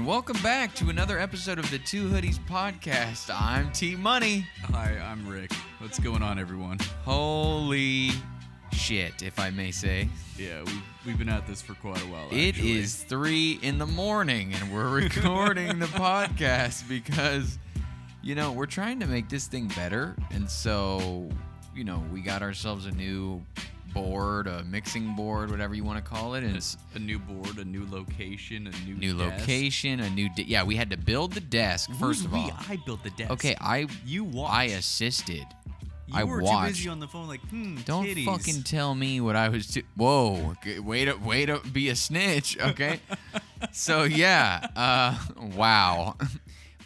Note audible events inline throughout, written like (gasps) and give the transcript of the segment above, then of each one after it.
welcome back to another episode of the Two Hoodies Podcast. I'm T Money. Hi, I'm Rick. What's going on, everyone? Holy shit, if I may say. Yeah, we we've been at this for quite a while. It actually. is three in the morning, and (laughs) we're recording the podcast because, you know, we're trying to make this thing better. And so, you know, we got ourselves a new board, a mixing board, whatever you want to call it. And it's a new board, a new location, a new new desk. location, a new. De- yeah, we had to build the desk, first Who's of we? all. I built the desk. Okay, I you watched. I assisted. you I were watched. too busy on the phone, like hmm. Don't titties. fucking tell me what I was. Do- Whoa! okay, Way to way to be a snitch. (laughs) Okay. so yeah. Uh, wow. (laughs)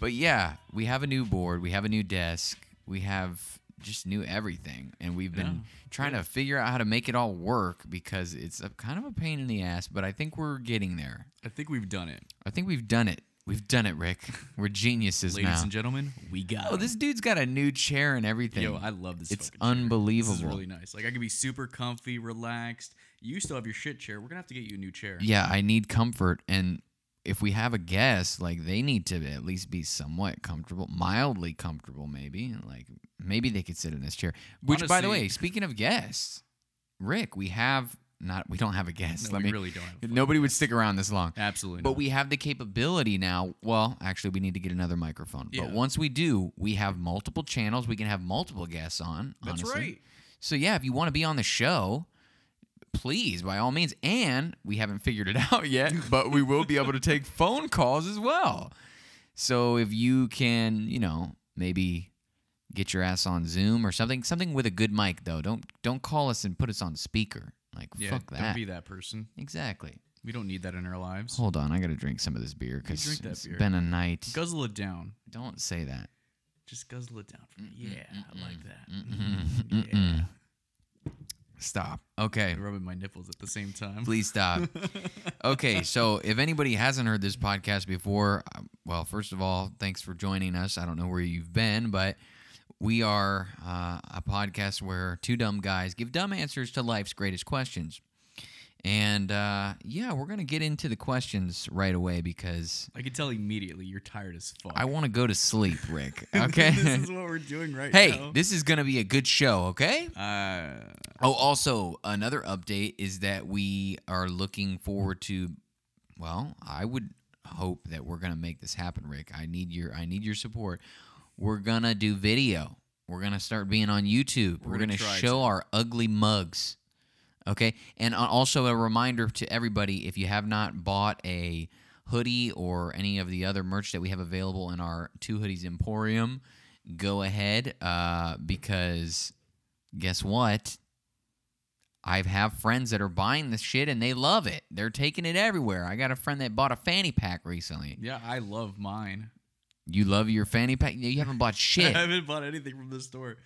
But yeah, we have a new board. We have a new desk. We have just new everything, and we've been Yeah, trying to figure out how to make it all work because it's a, kind of a pain in the ass. But I think we're getting there. I think we've done it, I think we've done it. We've done it, Rick. We're geniuses ladies now. and gentlemen. We got. oh, this dude's got a new chair and everything. Yo, I love this. it's fucking chair. unbelievable. This is really nice. Like I could be super comfy, relaxed. You still have your shit chair. We're gonna have to get you a new chair. yeah, I need comfort. And if we have a guest, like they need to at least be somewhat comfortable, mildly comfortable, maybe. Like maybe they could sit in this chair. Which, by the Honestly- way, speaking of guests, Rick, we have not, we don't have a guest. No, Let we me, really don't have. a fucking nobody would desk. stick around this long. Absolutely. But not. we have the capability now. Well, actually, we need to get another microphone. Yeah. But once we do, we have multiple channels. We can have multiple guests on. That's honestly. right. So yeah, if you want to be on the show, please by all means. And we haven't figured it (laughs) out yet, but we will be able to take phone calls as well. So if you can, you know, maybe get your ass on Zoom or something, something with a good mic though. Don't don't call us and put us on speaker. Like Yeah, fuck that. Don't be that person. exactly. We don't need that in our lives. Hold on, I gotta drink some of this beer drink because that it's beer. been a night. Guzzle it down. don't say that. Just guzzle it down for me. Yeah, I like that. Mm-mm, Yeah. mm-mm. Stop. Okay. I'm rubbing my nipples at the same time. Please (laughs) stop. okay, so if anybody hasn't heard this podcast before, um, well, first of all, thanks for joining us. I don't know where you've been, but we are uh, a podcast where two dumb guys give dumb answers to life's greatest questions. And uh, yeah, we're going to get into the questions right away because I could tell immediately you're tired as fuck. I want to go to sleep, Rick. (laughs) Okay? (laughs) this is what we're doing right hey, now. this is going to be a good show, okay? Uh, Oh, also another update is that we are looking forward to. Well, I would hope that we're gonna make this happen, Rick. I need your I need your support. We're gonna do video. We're gonna start being on YouTube. We're, We're gonna, gonna try show our ugly mugs. Okay, and a- also a reminder to everybody: if you have not bought a hoodie or any of the other merch that we have available in our Two Hoodies Emporium, go ahead uh, because guess what? I have friends that are buying this shit and they love it. They're taking it everywhere. I got a friend that bought a fanny pack recently. yeah, I love mine. (laughs) You love your fanny pack? You haven't bought shit. I haven't bought anything from the store.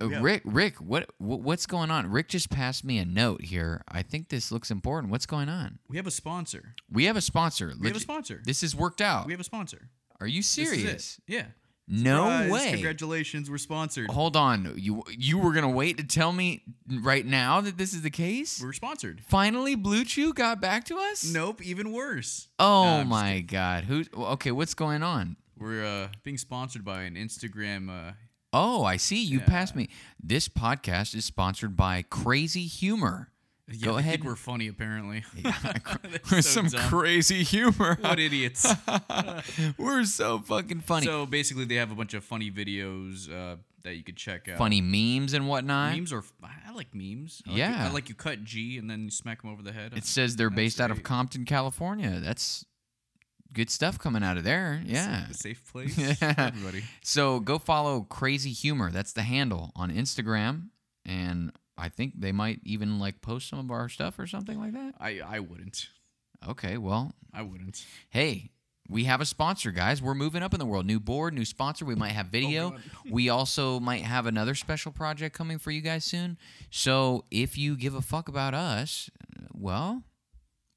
Uh, yeah. Rick, Rick, what, wh- what's going on? Rick just passed me a note here. I think this looks important. What's going on? We have a sponsor. We have a sponsor. We have a Legit- sponsor. This has worked out. we have a sponsor. Are you This is it. serious? Yeah. No Surprise, way. Oh. Congratulations, we're sponsored. Hold on. You you were gonna wait to tell me right now that this is the case? We're sponsored. Finally, Blue Chew got back to us. Nope, even worse. Oh Nah, I'm just my God! Who? Okay, what's going on? We're uh, being sponsored by an Instagram. Uh, Oh, I see. You passed me. This podcast is sponsored by Crazy Humor. yeah, Go they ahead. Think we're (laughs) funny, apparently. We're (laughs) That's so some dumb. crazy humor. (laughs) what idiots. We're so fucking funny. So basically, they have a bunch of funny videos uh, that you could check out. funny memes and whatnot. memes are. I like memes. I like Yeah. I like you cut G and then you smack him over the head. It says they're That's based out of great. Compton, California. That's good stuff coming out of there. It's Yeah. a safe place. (laughs) Yeah. for Everybody. So go follow Crazy Humor. That's the handle on Instagram, and I think they might even like post some of our stuff or something like that. I I wouldn't. Okay, well, I wouldn't. hey, we have a sponsor, guys. We're moving up in the world. New board, new sponsor. We might have video. Oh, God. we also might have another special project coming for you guys soon. So if you give a fuck about us, well,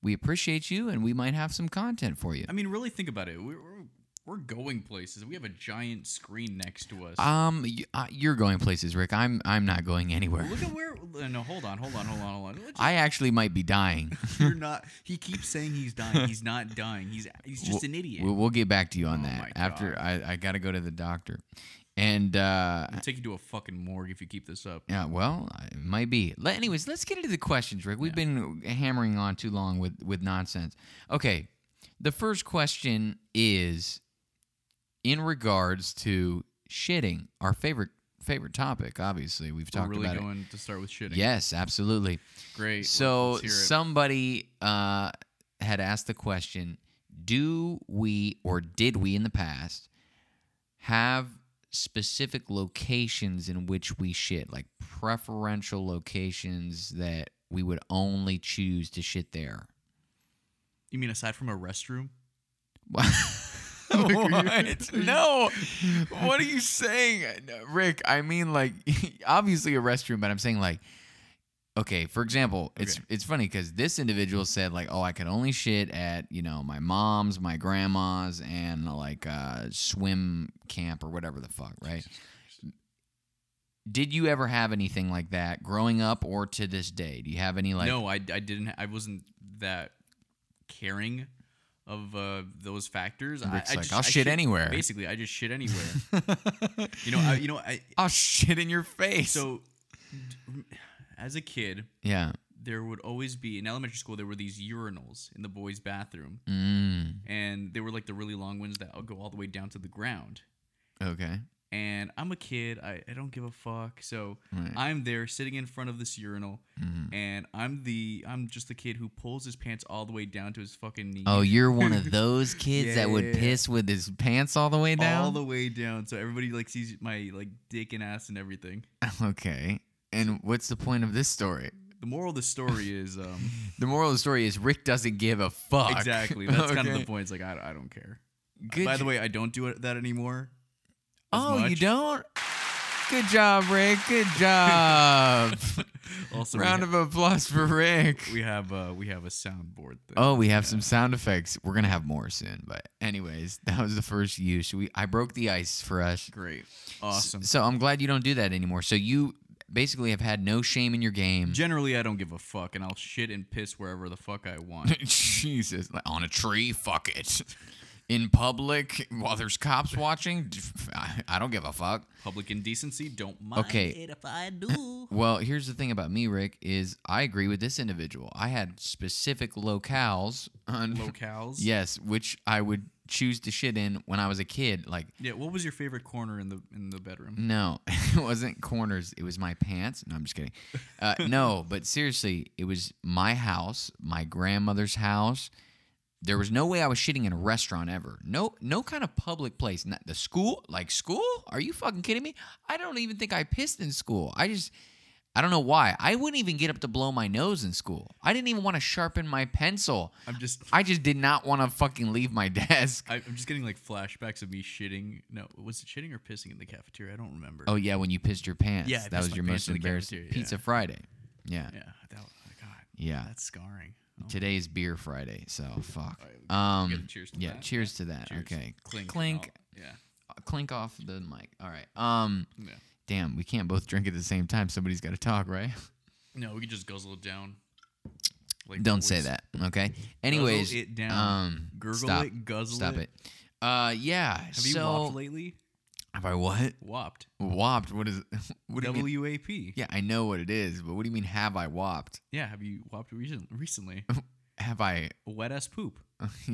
we appreciate you and we might have some content for you. I mean, really think about it. We're, we're We're going places. We have a giant screen next to us. Um, y- uh, you're going places, Rick. I'm I'm not going anywhere. Look at where. uh, No, hold on, hold on, hold on, hold on. (laughs) Let's- I actually might be dying. You're not. He keeps saying he's dying. He's not dying. He's he's just an idiot. We'll, we'll get back to you on Oh that my after God. I, I got to go to the doctor. And uh, I'll take you to a fucking morgue if you keep this up. yeah, well, it might be. Let, anyways, let's get into the questions, Rick. We've been hammering on too long with with nonsense. Okay, the first question is in regards to shitting, our favorite favorite topic. Obviously, we've We're talked really about going to start with it. shitting. Yes, absolutely. Great. So Let's hear it. somebody uh, had asked the question: Do we or did we in the past have specific locations in which we shit, like preferential locations that we would only choose to shit there? you mean aside from a restroom? (laughs) what? No. What are you saying, Rick? I mean, like, (laughs) obviously a restroom, but I'm saying like, okay. For example, it's Okay. it's funny because this individual said like, oh, I could only shit at you know my mom's, my grandma's, and like uh, swim camp or whatever the fuck, right? Did you ever have anything like that growing up or to this day? Do you have any like? no, I, I didn't. I wasn't that caring of uh, those factors. I, Rick's I like, just, "I'll I shit anywhere." (laughs) Basically, I just shit anywhere. you know, I, you know. I I'll shit in your face. so d- as a kid, yeah. there would always be in elementary school. There were these urinals in the boys' bathroom, Mm, and they were like the really long ones that go all the way down to the ground. okay. And I'm a kid. I, I don't give a fuck. So Right. I'm there sitting in front of this urinal, Mhm. and I'm the I'm just the kid who pulls his pants all the way down to his fucking knees. Oh, you're one of those kids that would Yeah. piss with his pants all the way all down. the way down, so everybody like sees my like dick and ass and everything. (laughs) okay. And what's the point of this story? The moral of the (laughs) story is um The moral of the story is Rick doesn't give a fuck. exactly that's kind of Okay. the point. It's like I, I don't care. Uh, Good By j- the way, I don't do it that (laughs) anymore. as oh, you much. don't. Good job, Rick. Good (laughs) job. Also, we, Round ha- of applause for Rick. (laughs) we have uh, we have a soundboard thing. Oh, we have some sound effects. We're gonna have more soon, but anyways, that was the first use. We I broke the ice for us. great, S- awesome. So I'm glad you don't do that anymore. So you basically have had no shame in your game. Generally, I don't give a fuck, and I'll shit and piss wherever the fuck I (laughs) want. (laughs) Jesus, like, on a tree, fuck it. (laughs) In public, while there's cops watching, I, I don't give a fuck. Public indecency, don't mind Okay. it if (laughs) I do. Well, here's the thing about me, Rick, is I agree with this individual. I had specific locales, on, Locales. (laughs) yes, which I would choose to shit in when I was a kid. Like, Yeah. What was your favorite corner in the in the bedroom? no, (laughs) it wasn't corners. It was my pants. No, I'm just kidding. (laughs) Uh, no, but seriously, it was my house, my grandmother's house. There was no way I was shitting in a restaurant ever. No, no kind of public place. Not the school, like school. Are you fucking kidding me? I don't even think I pissed in school. I just, I don't know why. I wouldn't even get up to blow my nose in school. I didn't even want to sharpen my pencil. I'm just. I, I just did not want to fucking leave my (laughs) desk. I'm just getting like flashbacks of me shitting. No, was it shitting or pissing in the cafeteria? I don't remember. Oh yeah, when you pissed your pants. Yeah, I that pissed was my your most pants in the embarrassing cafeteria, yeah. pizza Friday. Yeah, yeah. That, oh, God, yeah. that's scarring. Oh, Today's beer Friday, (laughs) so fuck. All right, we gotta Um, cheers to yeah. that. Cheers to that. cheers. Okay, Clink. clink, uh, Oh, yeah. clink off the mic. All right. Um, No. damn, we can't both drink at the same time. Somebody's got to talk, right? (laughs) No, we could just guzzle it down. Like Don't say boys. that. Okay. Guzzle Anyways, it down. um, Gurgle stop, it. Guzzle stop it. Uh, yeah. Have you so whopped lately? have I what? Whopped. Whopped? What is? (laughs) What do you mean? W A P. Yeah, I know what it is, but what do you mean? Have I whopped? Yeah. Have you whopped recent, (laughs) recently? Have I (laughs) Wet ass poop. (laughs)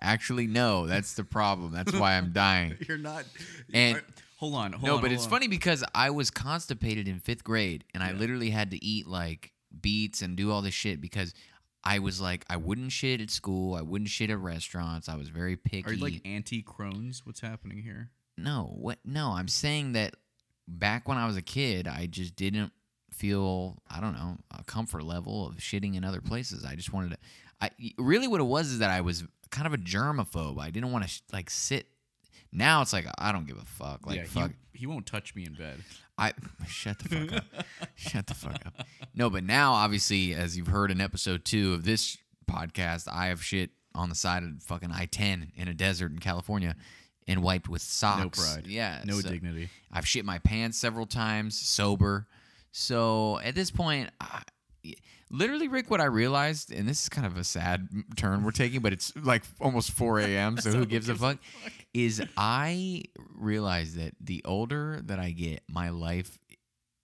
actually? No, that's the problem. That's why I'm dying. You're not. And- are- hold on. Hold no, on, but hold it's on. funny because I was constipated in fifth grade, and I Yeah. literally had to eat like beets and do all this shit because I was like, I wouldn't shit at school, I wouldn't shit at restaurants. I was very picky. Are you like anti Crohn's? What's happening here? no, what? No, I'm saying that back when I was a kid, I just didn't feel I don't know a comfort level of shitting in other places. I just wanted to. I really what it was is that I was kind of a germaphobe. I didn't want to like sit. Now it's like I don't give a fuck. Like yeah, fuck. He, he won't touch me in bed. I (laughs) shut the fuck (laughs) up. shut the fuck up. No, but now obviously, as you've heard in episode two of this podcast, I have shit on the side of fucking I ten in a desert in California and wiped with socks. pride. Yeah. No so- dignity. I've shit my pants several times sober. So at this point, I, literally, Rick, what I realized, and this is kind of a sad turn we're taking, but it's like almost 4 a.m., (laughs) so who gives a fuck, is I realize that the older that I get, my life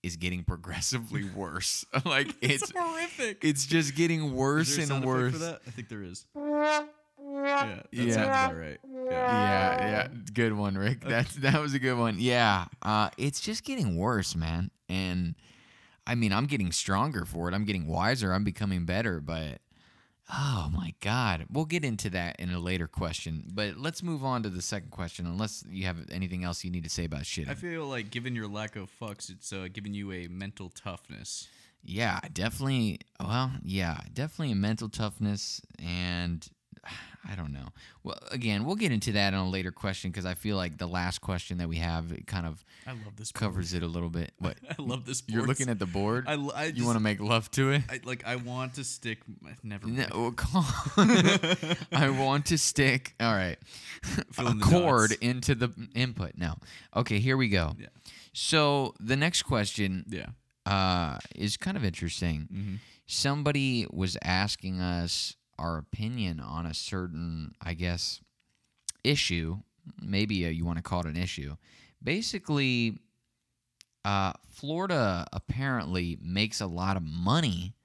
is getting progressively worse. (laughs) like it's horrific. it's just getting worse and worse. I think there is. Yeah, that Yeah. sounds about right. Yeah. Yeah, Uh, yeah, good one, Rick. That that was a good one. Yeah, uh, it's just getting worse, man. And I mean, I'm getting stronger for it. I'm getting wiser. I'm becoming better. But oh my god, we'll get into that in a later question. But let's move on to the second question, unless you have anything else you need to say about shit. I feel like, given your lack of fucks, it's uh, giving you a mental toughness. Yeah, definitely. Well, yeah, definitely a mental toughness, and I don't know. Well, again, we'll get into that in a later question because I feel like the last question that we have it kind of I love this. covers it a little bit. What (laughs) I love this. you're looking at the board? I, l- I you want to make love to (laughs) it? I, like I want to stick. my- Never. No, mind. (laughs) well, come on. (laughs) I want to stick. All right, Fill a in the chord dots. into the input. Now, okay, here we go. Yeah. So the next question Yeah. uh, is kind of interesting. Mhm. Somebody was asking us our opinion on a certain, I guess, issue. Maybe uh you want to call it an issue. Basically, uh, Florida apparently makes a lot of money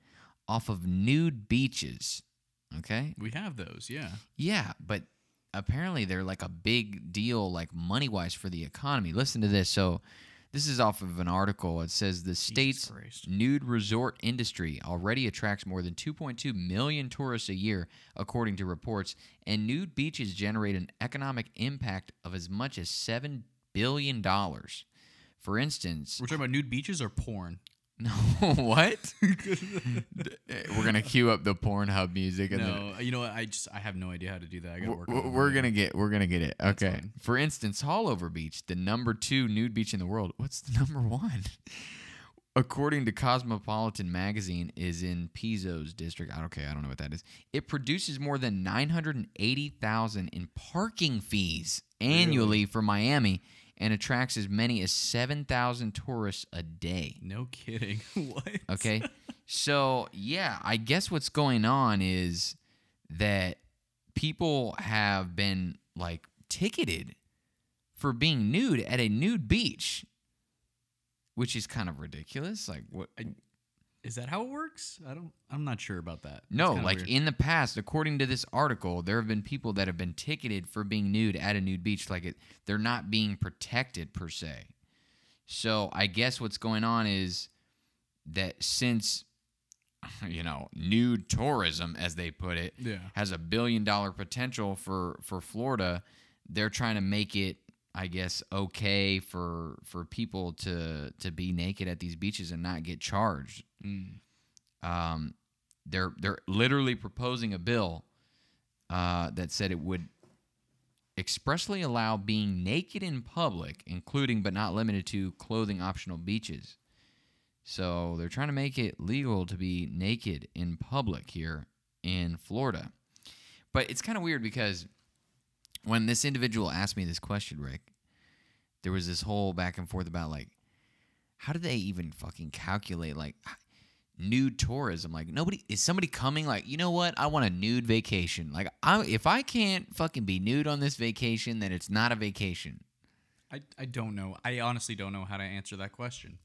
off of nude beaches. Okay. We have those. Yeah. Yeah, but apparently they're like a big deal, like money wise, for the economy. Listen to this. So, this is off of an article. It says the state's Christ. nude resort industry already attracts more than 2.2 million tourists a year, according to reports, and nude beaches generate an economic impact of as much as $7 billion. For instance, (laughs) We're talking about nude beaches or porn. (laughs) no, what? We're going to queue up the Pornhub music and then No, you know what? I just I have no idea how to do that. I gotta work. we're, on it. we're gonna get we're gonna get it okay fine. for instance hallover beach the number two nude beach in the world what's the (laughs) number one according to cosmopolitan magazine is in pizos district I don't okay i don't know what that is it produces more than 980000 in parking fees annually for miami and attracts as many as 7000 tourists a day No kidding. (laughs) what? Okay. so, yeah, I guess what's going on is that people have been like ticketed for being nude at a nude beach, which is kind of ridiculous. Like, what? Is that how it works? I don't. I'm not sure about that. That's No, kinda like weird. in the past, according to this article, there have been people that have been ticketed for being nude at a nude beach. Like it, they're not being protected per se. So I guess what's going on is that since (laughs) you know nude tourism, as they put it, Yeah. has a billion dollar potential for for Florida, they're trying to make it. I guess okay for for people to to be naked at these beaches and not get charged Mm. um, they're they're literally proposing a bill uh, that said it would expressly allow being naked in public, including but not limited to clothing optional beaches. So they're trying to make it legal to be naked in public here in Florida. But it's kind of weird because when this individual asked me this question, Rick, there was this whole back and forth about like how do they even fucking calculate like nude tourism. Like nobody is somebody coming like, you know what? I want a nude vacation. Like I if I can't fucking be nude on this vacation, then it's not a vacation. I I don't know. I honestly don't know how to answer that question.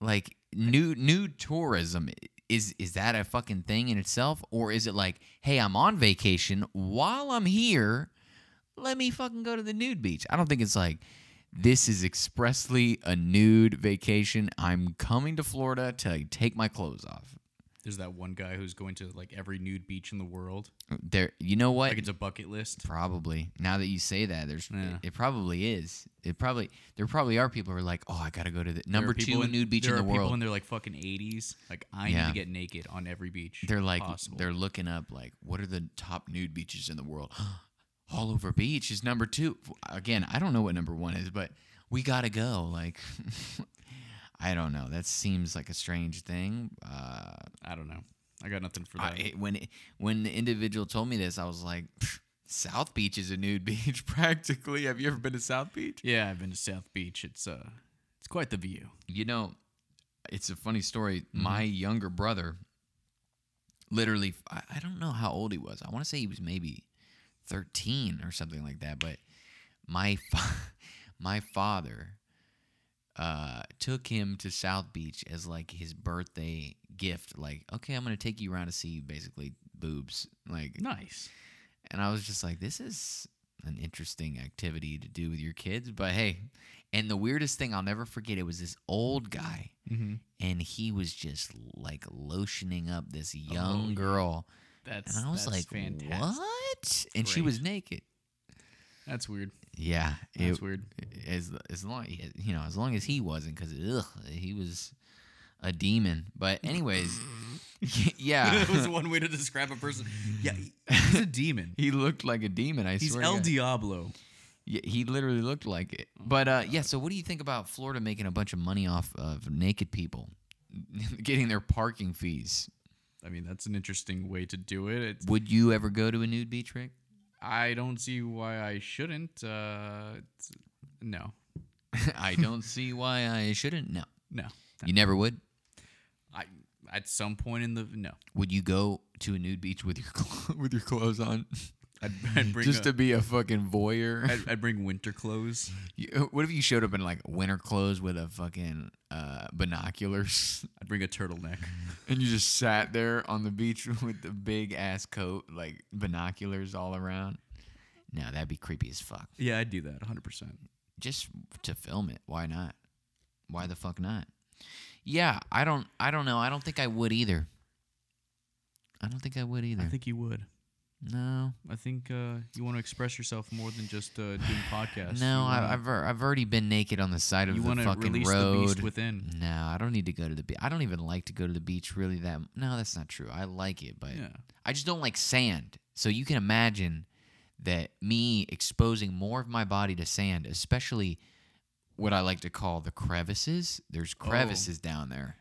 Like nude nude tourism is is that a fucking thing in itself or is it like, hey, I'm on vacation while I'm here, let me fucking go to the nude beach. I don't think it's like this is expressly a nude vacation. I'm coming to Florida to take my clothes off. There's that one guy who's going to like every nude beach in the world. There, you know what? Like it's a bucket list. Probably. Now that you say that, there's Yeah. it, it probably is. It probably there probably are people who are like, oh, I gotta go to the There are number two people nude beach in there the are People world. in their like fucking 80s. Like I need Yeah. to get naked on every beach. they're like possible. they're looking up like what are the top nude beaches in the world? (gasps) All over beach is number two. Again, I don't know what number one is, but we gotta go. Like, (laughs) I don't know. That seems like a strange thing. Uh, I don't know. I I got nothing for that. I, when it- when the individual told me this, I was like, "Pfft, South Beach is a nude (laughs) beach practically. Have you ever been to South Beach? yeah, I've been to South Beach. It's uh, it's quite the view. You know, it's a funny story. My younger brother, literally, I, I don't know how old he was. I want to say he was maybe thirteen or something like that. But my (laughs) fa- my father uh, took him to South Beach as like his birthday gift. Like, okay, I'm gonna take you around to see basically boobs. Like, Nice. And I was just like, this is an interesting activity to do with your kids. But hey, and the weirdest thing I'll never forget it was this old guy, Mm-hmm. and he was just like lotioning up this young Oh, yeah. girl. That's And I was that's like, fantastic. what? And she was naked. That's weird. Yeah, That's it, weird. as as long you know as long as he wasn't because he was a demon. But anyways, (laughs) (laughs) (laughs) yeah, that was one way to describe a person. Yeah, (laughs) he's a demon. (laughs) he looked like a demon. I He's swear to El God. Diablo. Yeah, he literally looked like it. But uh, yeah, so what do you think about Florida making a bunch of money off of naked people (laughs) getting their parking fees? I mean, that's an interesting way to do it. It's, Would you ever go to a nude beach, Rick? I don't see why I shouldn't. Uh, it's, no, (laughs) I don't see why I shouldn't. No, no. you never would. I at some point in the no, Would you go to a nude beach with your (laughs) clo- with your clothes (laughs) on I'd, (laughs) I'd bring just a- to be a fucking (laughs) voyeur? I'd, I'd bring winter clothes. You- what if you showed up in like winter clothes with a fucking uh, binoculars (laughs) I'd bring a turtleneck. and you just sat there on the beach (laughs) with the big ass coat, like binoculars all around. No, that'd be creepy as fuck. Yeah, I'd do that 100%. Just to film it, why not? Why the fuck not? Yeah, I don't, I don't know. I don't think I would either. I don't think I would either. I think you would. no, I think uh, you want to express yourself more than just uh, doing podcasts. no, you I, I've al- I've already been naked on the side of you the wanna fucking release road. the beast within. no, I don't need to go to the beach. I don't even like to go to the beach really that. m- No, that's not true. I like it, but Yeah. I just don't like sand. So you can imagine that me exposing more of my body to sand, especially what I like to call the crevices. There's Oh. crevices down there.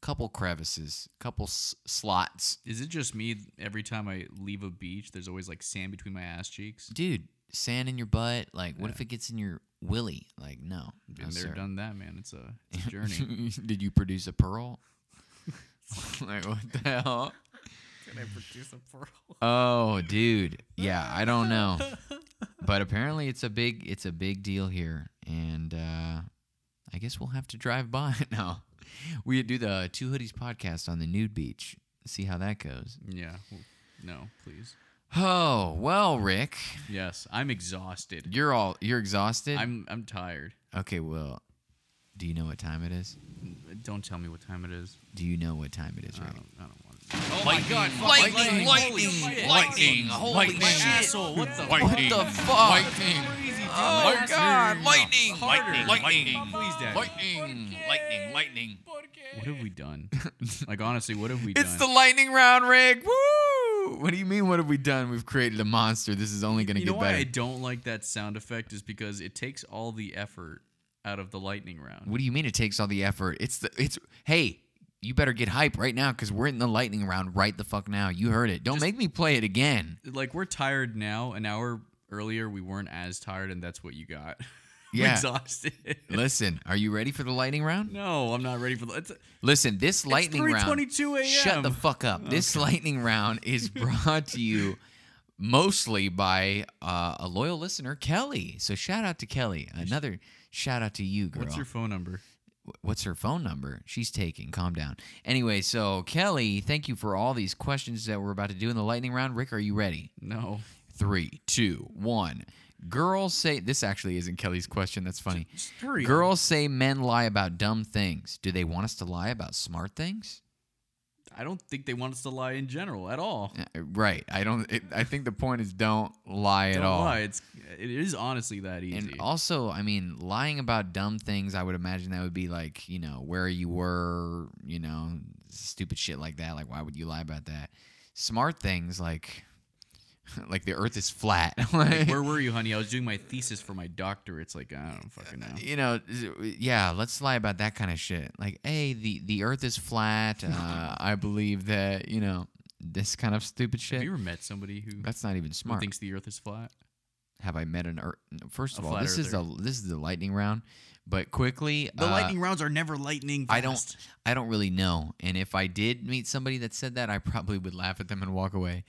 Couple crevices, couple s- slots. Is it just me? Every time I leave a beach, there's always like sand between my ass cheeks. Dude, sand in your butt. Like, what if it gets in your willy? Like, no. Been no, there, sir. done that, man. It's a, (laughs) it's a journey. Did you produce a pearl? (laughs) like, what the hell? Can I produce a pearl? (laughs) Oh, dude. Yeah, I don't know. But apparently it's a big it's a big deal here and uh I guess we'll have to drive by (laughs) now. We do the Two Hoodies podcast on the nude beach. See how that goes. Yeah. well, no, please. Oh, well, Rick, Yes, I'm exhausted. you're all you're exhausted. I'm I'm tired. okay, well, do you know what time it is? Don't tell me what time it is. Do you know what time it is, I Rick? don't, I don't want to. Oh my god! fuck, lightning, holy lightning, shit. lightning, holy Lightning. My shit. asshole! What the fuck? What the fuck? Lightning. Crazy, dude, Oh my my asshole. god, lightning. Harder. Lightning. Please, Dad. Lightning. Lightning, lightning. What have (laughs) we done? like honestly, what have we It's the done? lightning round, Rick. Woo! What do you mean? What have we done? We've created a monster. This is only going to you know get why better. I don't like that sound effect is because it takes all the effort out of the lightning round. What do you mean? It takes all the effort. It's the it's. Hey, you better get hype right now because we're in the lightning round right the fuck now. You heard it. Don't make me play it again. like we're tired now. An hour earlier, we weren't as tired, and that's what you got. (laughs) I'm Yeah. exhausted. (laughs) Listen, are you ready for the lightning round? no, I'm not ready for the. It's, Listen, this lightning it's round. 3:22 a.m. Shut the fuck up. This lightning round (laughs) is brought to you mostly by uh, a loyal listener, Kelly. So shout out to Kelly. Another shout out to you, girl. What's your phone number? wh- what's her phone number? She's taking. Calm down. Anyway, so Kelly, thank you for all these questions that we're about to do in the lightning round. Rick, are you ready? No. Three, two, one. Girls say this actually isn't Kelly's question. That's funny. Just hurry up. Girls say men lie about dumb things. Do they want us to lie about smart things? I don't think they want us to lie in general at all. Uh, Right. I don't. It, I think the point is don't lie at Don't all. lie. It's it is honestly that easy. And also, I mean, lying about dumb things, I would imagine that would be like, you know, where you were, you know, stupid shit like (laughs) that. Like, why would you lie about that? Smart things, like, like the Earth is flat. (laughs) Like, Like, where were you, honey? I was doing my thesis for my doctorate. It's like I don't fucking know. you know, yeah, let's lie about that kind of shit. Like, hey, the the Earth is (laughs) flat. Uh, I believe that you know this kind of stupid Have shit. you ever met somebody who, That's not even who smart. thinks the Earth is flat? Have I met an Earth? First A of all, flat this is the this is the lightning round. But quickly, The uh, lightning rounds are never lightning. I don't- fast. I don't really know. And if I did meet somebody that said that, I probably would laugh at them and walk away.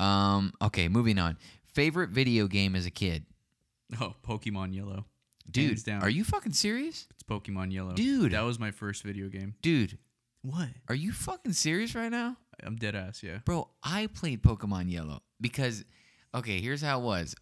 Um, okay, moving on. Favorite video game as a kid, (laughs) Oh, Pokemon Yellow. dude? Hands down. Are you fucking serious, It's Pokemon Yellow, Dude. That was my first video game. dude? What? Are you fucking serious right now? I'm dead ass. Yeah. Bro, I played Pokemon Yellow because okay, here's how it was.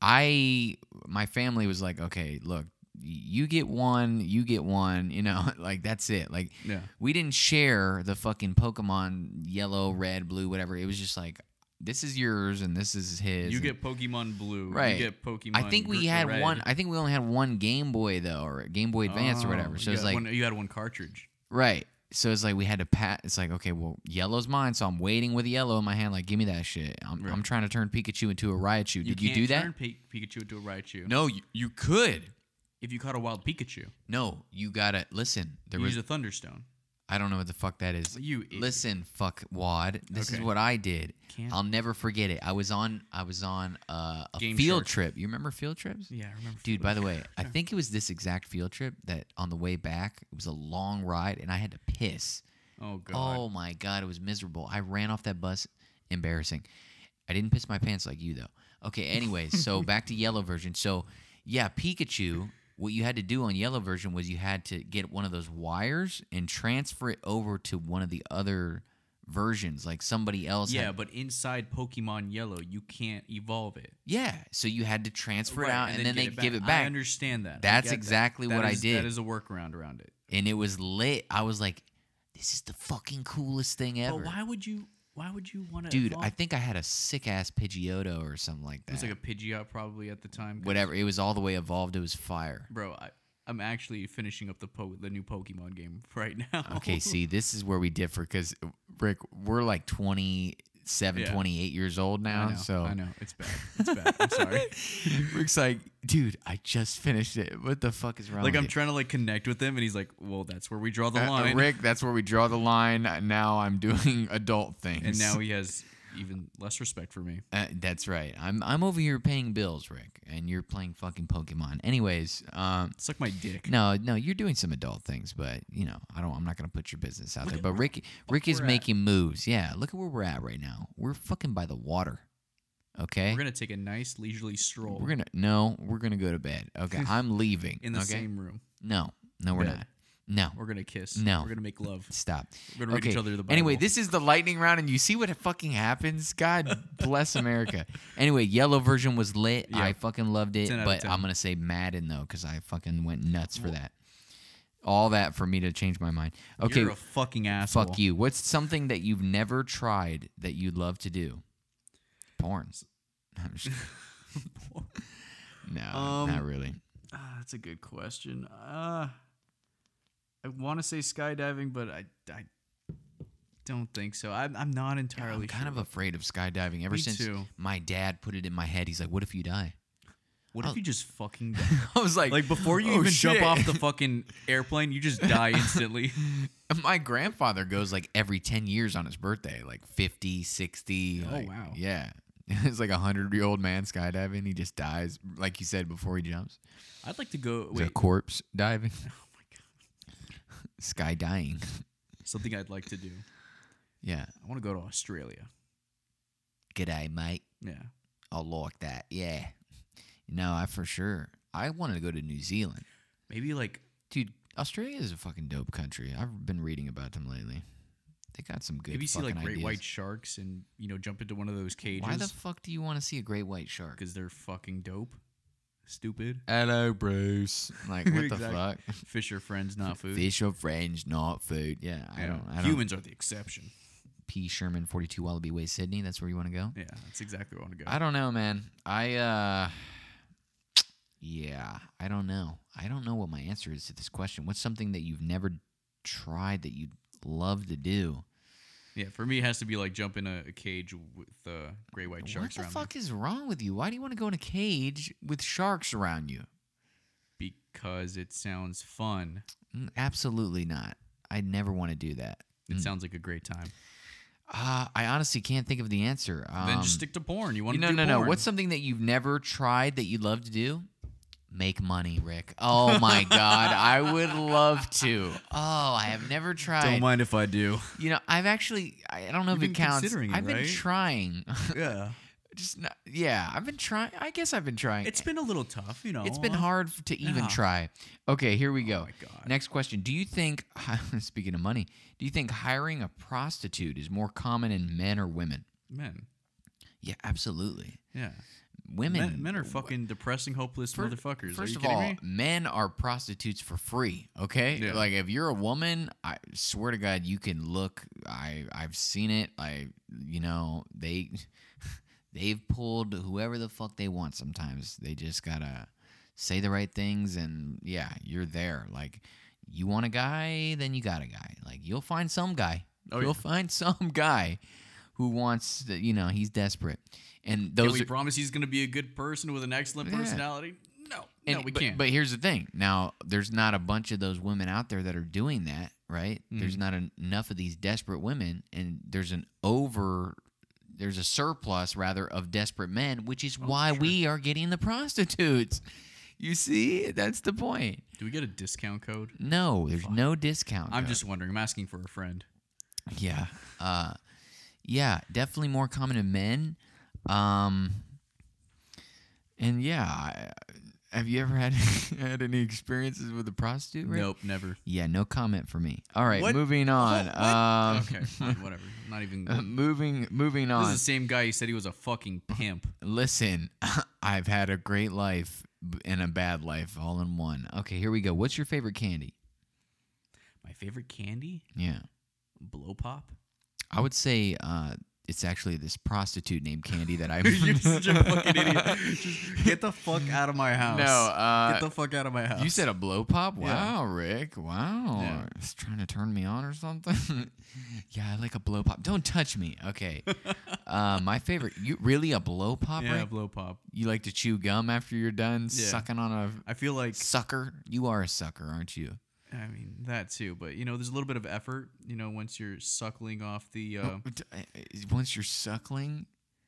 I my family was like, "Okay, look, you get one, you get one, you know, (laughs) like that's it." Like Yeah. we didn't share the fucking Pokemon Yellow, Red, Blue, whatever. It was just like this is yours and this is his. You and- get Pokemon Blue. Right. You get Pokemon. I think we Gr- had Red. one I think we only had one Game Boy though or Game Boy Advance or Oh, whatever. So you it's got like one, you had one cartridge. Right. So it's like we had to pat. It's like okay, well, yellow's mine, so I'm waiting with yellow in my hand. Like, give me that shit. I'm, Right. I'm trying to turn Pikachu into a Raichu. Did you, can't do that? Turn Pi- Pikachu into a Raichu. No, you, you could. If you caught a wild Pikachu, No, you gotta listen. There you was use a Thunderstone. I don't know what the fuck that is. You idiot. Listen, fuck wad. This Okay. is what I did. Can't- I'll never forget it. I was on I was on uh, a Game field Shark. trip. You remember field trips? Yeah, I remember. Dude, by the way, I Yeah. think it was this exact field trip that on the way back, it was a long ride and I had to piss. Oh god. Oh my god, it was miserable. I ran off that bus, embarrassing. I didn't piss my pants like you though. Okay, (laughs) anyways, so back to yellow version. So yeah, Pikachu. What you had to do on yellow version was you had to get one of those wires and transfer it over to one of the other versions, like somebody else. had- Yeah, but inside Pokemon Yellow, you can't evolve it. yeah. So you had to transfer it Right, out, and, then, get they give it I back, understand that. I That's get that. exactly That what I is- did. That is a workaround around it. and it was lit. I was like, "This is the fucking coolest thing ever." But why would you? Why would you want to? Dude, I think I had a sick ass Pidgeotto or something like it that. was like a Pidgeot probably at the time. 'cause- whatever. It was all the way evolved. It was fire. bro. I, I'm actually finishing up the po- the new Pokemon game (laughs) right now. Okay, see, this is where we differ because Rick, we're like 27, Yeah. 28 years old now. I know, so I know it's (laughs) bad. It's bad. I'm (laughs) sorry. Rick's like, dude, I just finished it. What the fuck is wrong? like with I'm you?" trying to like connect with him, and he's like, "Well, that's where we draw the Uh, uh, line." Rick, that's where we draw the line. Uh, Now I'm doing (laughs) adult things. and now he has even less respect for me. uh, that's right. I'm I'm over here paying bills, Rick, and you're playing fucking Pokemon. Anyways, um, Suck my dick. No, no, you're doing some adult things, but you know, I don't. I'm not gonna put your business out Look there. at But Rick, Rick is we're at. making moves. Yeah, look at where we're at right now. We're fucking by the water. Okay, We're gonna take a nice leisurely stroll We're gonna- no, we're gonna go to bed. Okay, (laughs) I'm leaving. in the okay, same room. no, no, we're Bed. not. No, We're gonna kiss. No. We're gonna make love. stop. We're gonna read each other the Bible. Anyway, this is the lightning round, and you see what fucking happens. God (laughs) bless America. Anyway, yellow version was lit. Yeah. I fucking loved it, 10 out of but 10. I'm gonna say Madden though, because I fucking went nuts for that. All that for me to change my mind. Okay, You're a fucking asshole. fuck you. What's something that you've never tried that you'd love to do? Porn. (laughs) I'm just- (laughs) no, Um, not really. Ah, that's a good question. Uh, I want to say skydiving, but I, I don't think so. I'm, I'm not entirely I'm kind sure. of afraid of skydiving ever Me since too. my dad put it in my head. He's like, "What if you die?" What I'll- if you just (laughs) fucking die? I was like, like before you (laughs) "Oh, even jump shit." off the fucking airplane, you just die (laughs) instantly. (laughs) my grandfather goes like every 10 years on his birthday like 50 60 Oh, like, wow. yeah (laughs) it's like a hundred year old man skydiving he just dies like you said before he jumps I'd like to go. Is it Wait, Oh, corpse diving (laughs) (laughs) skydying (laughs) something I'd like to do. yeah I want to go to Australia. g'day mate Yeah, i like that yeah no i for sure i wanted to go to new zealand maybe like dude australia is a fucking dope country i've been reading about them lately they got some good maybe see like fucking great ideas. white sharks and you know jump into one of those cages. why the fuck do you want to see a great white shark because they're fucking dope. Stupid. Hello, Bruce. Like what the (laughs) Exactly. fuck? Fish are friends, not food. Fish or friends, not food. Yeah, I Yeah. don't. I don't. Humans are the exception. P. Sherman, forty-two Wallaby Way, Sydney. That's where you want to go. Yeah, that's exactly where I want to go. I don't know, man. I uh, yeah, I don't know. I don't know what my answer is to this question. What's something that you've never tried that you'd love to do? Yeah, for me, it has to be like jump in a, a cage with uh, gray white sharks what the around fuck is wrong with you? Why do you want to go in a cage with sharks around you? me because it sounds fun. Mm, Absolutely not. I never want to do that. It sounds like a great time. Uh, I honestly can't think of the answer. Um, then just stick to porn. You want you- to no, do no, porn. no. What's something that you've never tried that you'd love to do? Make money, (laughs) Rick. Oh my God, I would love to. Oh, I have never tried. mind if I (laughs) do. You know, I've actually. I I don't know You've if been it counts. considering it, I've been right? trying. (laughs) yeah, just not, yeah, I've been trying. I guess I've been trying. it's been a little tough, you know. It's been hard f- to even Yeah. Oh try. Okay, here we go. my God. Next question. Do you think, (laughs) speaking of money, do you think hiring a prostitute is more common in men or women? men. Yeah, absolutely. Yeah, Women. men, men are fucking depressing, hopeless Fir- motherfuckers. are First you of kidding all, me? men are prostitutes for free. Okay, Yeah. like if you're a woman, I swear to God, you can look. I I've seen it. I you know they (laughs) they've pulled whoever the fuck they want. Sometimes they just gotta say the right things, and yeah, you're there. Like you want a guy, then you got a guy. Like you'll find some guy. Oh, you'll yeah. find (laughs) some guy who wants. To, you know, he's desperate. And Can those we are, promise he's going to be a good person with an excellent Yeah. personality? No, no, And- we but, can't. But here's the thing. Now, there's not a bunch of those women out there that are doing that, right? Mm-hmm. There's not en- enough of these desperate women, and there's an over, there's a surplus rather of desperate men, which Oh, is why we are getting the prostitutes. You see, that's the point. do we get a discount code? No, there's no discount. I'm code. just wondering. I'm asking for a friend. yeah, uh, yeah, definitely more common in men. Um, and yeah, I, have you ever had (laughs) had any experiences with a prostitute? Rick? Nope, never. Yeah, no comment for me. All right, What? Oh, moving on. What? Um, (laughs) Uh, okay, fine, whatever. Not even. moving, moving This is on. the same guy who said he was a fucking pimp. Listen, (laughs) I've had a great life b- and a bad life all in one. Okay, here we go. What's your favorite candy? My favorite candy? Yeah, Blow pop? (laughs) I would say uh, it's actually this prostitute named Candy (laughs) that I've. You're such a (laughs) fucking idiot. Just get the fuck out of my house. No, uh, get the fuck out of my house. you said a blow pop. Yeah. Wow, Rick. Wow, Yeah. it's trying to turn me on or something. (laughs) yeah, I like a blow pop. Don't touch me. (laughs) Okay, uh, my favorite. You really a blow pop? yeah, Rick? blow pop. You like to chew gum after you're done Yeah. sucking on a I feel like sucker. You are a sucker, aren't you? I mean that too, but you know, there's a little bit of effort. You know, once you're suckling off the. Uh, Oh, eh, Once you're suckling,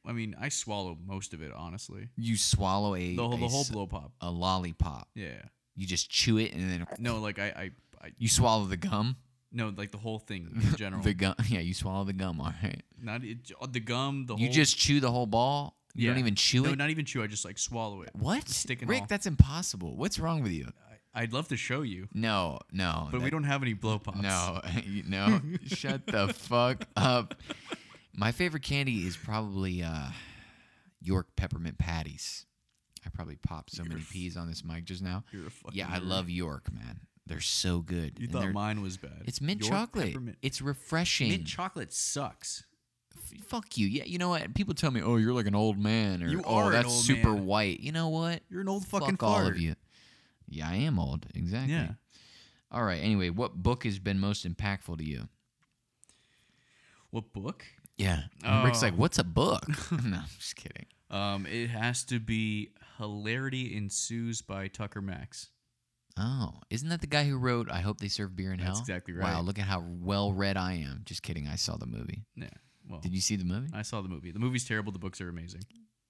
I mean, I swallow most of it, honestly. you swallow a The whole, a, the whole s- blow pop. a lollipop. Yeah. You just chew it and then No, like I, I, I you swallow the gum. no, like the whole thing in (laughs) general. The gum. Yeah, you swallow the gum. All right. not it, the gum. The You whole, just chew the whole ball. You don't Yeah. even chew no, it. not even chew. I just like swallow it. what? stick and Rick, all. that's impossible. What's wrong with you? I'd love to show you, No, no. but we don't have any blow pops. Oh, No, (laughs) you- (laughs) no. Shut the fuck up. My favorite candy is probably uh, York peppermint patties. I probably popped so many peas on this mic just now. You're a fucking Yeah, I nerd. love York, man. They're so good. You and thought they're- mine was bad. it's mint Your chocolate. peppermint- It's refreshing. Mint chocolate sucks. F- Fuck you. Yeah, you know what? People tell me, "Oh, you're like an old man," or You "Oh, are an that's old super man. white." You know what? You're an old Fuck fucking all fart. of you. Yeah, I am old. Exactly. Yeah. All right. Anyway, what book has been most impactful to you? What book? Yeah. And Rick's Oh. like, what's a (laughs) book? (laughs) no, I'm just kidding. Um, it has to be "Hilarity Ensues" by Tucker Max. Oh, isn't that the guy who wrote I Hope They Serve Beer in That's Hell? exactly Wow, right. look at how well read I am. Just kidding. I saw the movie. Yeah. Well, Did you see the movie? I saw the movie. The movie's terrible. The books are amazing.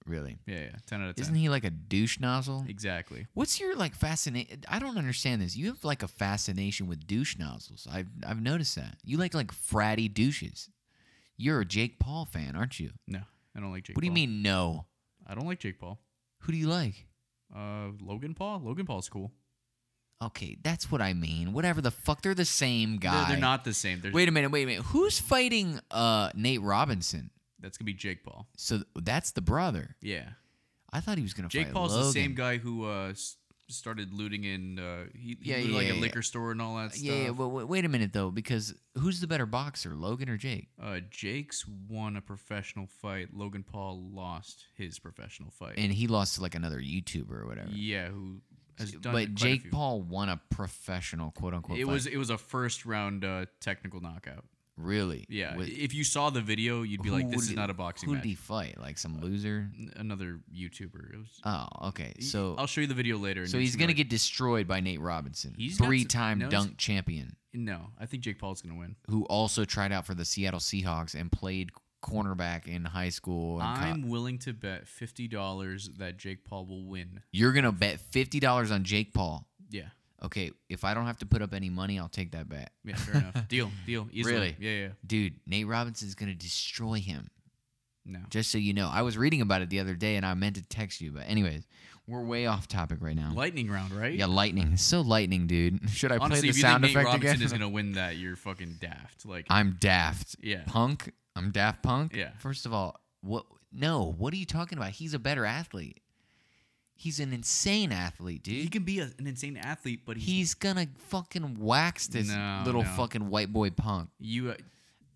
Really? Yeah, yeah. Ten out of 10 Isn't he like a douche nozzle? Exactly. What's your like fascination? I don't understand this. You have like a fascination with douche nozzles. I've I've noticed that. You like like fratty douches. You're a Jake Paul fan, aren't you? No, I don't like Jake. what do you Paul. mean no? I don't like Jake Paul. Who do you like? Uh, Logan Paul. Logan Paul's cool. Okay, that's what I mean. Whatever the fuck, they're the same They're, guy. they're not the same. They're, Wait a minute, wait a minute. Who's fighting uh Nate Robinson? That's gonna be Jake Paul. So th- that's the brother. Yeah. I thought he was gonna Jake fight Paul's the same Logan. guy who uh s- started looting in uh he, he Yeah, looted like yeah, a yeah. liquor store and all that stuff. Yeah, yeah but wait, wait a minute though, because who's the better boxer, Logan or Jake? Uh, Jake's won a professional fight. Logan Paul lost his professional fight. And he lost to like another YouTuber or whatever. yeah, who has done quite a but Jake few. Paul won a professional, quote unquote. It fight. was it was a first round uh, technical knockout. Really? Yeah, With- if you saw the video, you'd be like, who "This is did- not a boxing who match." Uh, did he fight? Like some loser? N- Another YouTuber. It was, Oh, okay. So I'll show you the video later. and so you'll he's see gonna where- get destroyed by Nate Robinson, He's got some- three-time no, he's- dunk champion, no. I think Jake Paul's gonna win. who also tried out for the Seattle Seahawks and played cornerback in high school. And co- I'm willing to bet fifty dollars that Jake Paul will win. You're gonna bet fifty dollars on Jake Paul. Yeah, Okay, if I don't have to put up any money, I'll take that bet. yeah, fair enough. Deal, deal, easily. Really? Yeah, yeah. (laughs) Dude, Nate Robinson's gonna destroy him. No. Just so you know, I was reading about it the other day and I meant to text you, but anyways, we're way off topic right now. Lightning round, right? Yeah, lightning. It's so lightning, dude. (laughs) Should I Honestly, play if the you sound think Nate effect Robinson again? is gonna win that, you're fucking daft. Like, (laughs) I'm daft. yeah, Punk? I'm Daft Punk? Yeah. First of all, what no, what are you talking about? He's a better athlete. He's an insane athlete, dude. he can be a, an insane athlete, but he's, He's gonna fucking wax this No, little no. fucking white boy punk. you. Uh,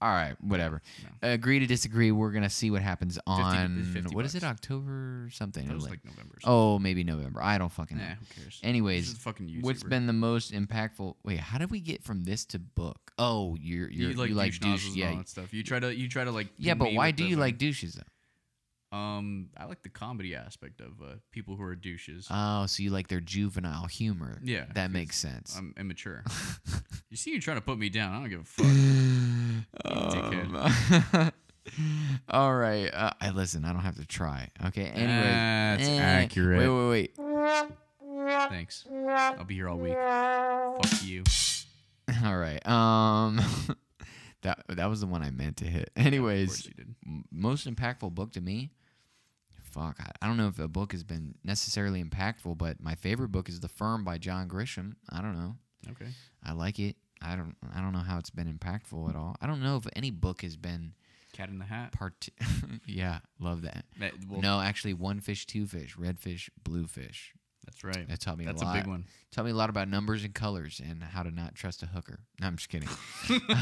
All right, whatever. Agree to disagree. We're gonna see what happens on What is 50 it, bucks. October something? that was Like- like November. or oh, maybe November. I don't fucking something. know. Nah, who cares? Anyways, This is a fucking YouTuber. what's been the most impactful? Wait, how did we get from this to book? Oh, you're you you're like, you like douche douche, nozzles and all yeah, that stuff. You try to you try to like yeah. pin But me why with do the, you like- like douches though? Um, I like the comedy aspect of uh, people who are douches. Oh, so you like their juvenile humor? Yeah, that 'cause makes (laughs) sense. I'm immature. you see, you trying to put me down. I don't give a fuck. Um, (laughs) all right. Uh, I listen. I don't have to try. Okay. Anyway, Ah, Eh, That's accurate. Wait, wait, wait. Thanks. I'll be here all week. Fuck you. (laughs) All right. Um, (laughs) that that was the one I meant to hit. Of Anyways, course you did. m- most impactful book to me. Fuck, I, I don't know if a book has been necessarily impactful, but my favorite book is The Firm by John Grisham. I don't know. Okay. I like it. I don't. I don't know how it's been impactful at all. I don't know if any book has been Cat in the hat. part. (laughs) yeah, love that. That, well, no, actually, one fish, two fish, red fish, blue fish. That's right. That taught me That's a a, lot. big one. Taught me a lot about numbers and colors and how to not trust a hooker. No, I'm just (laughs) kidding.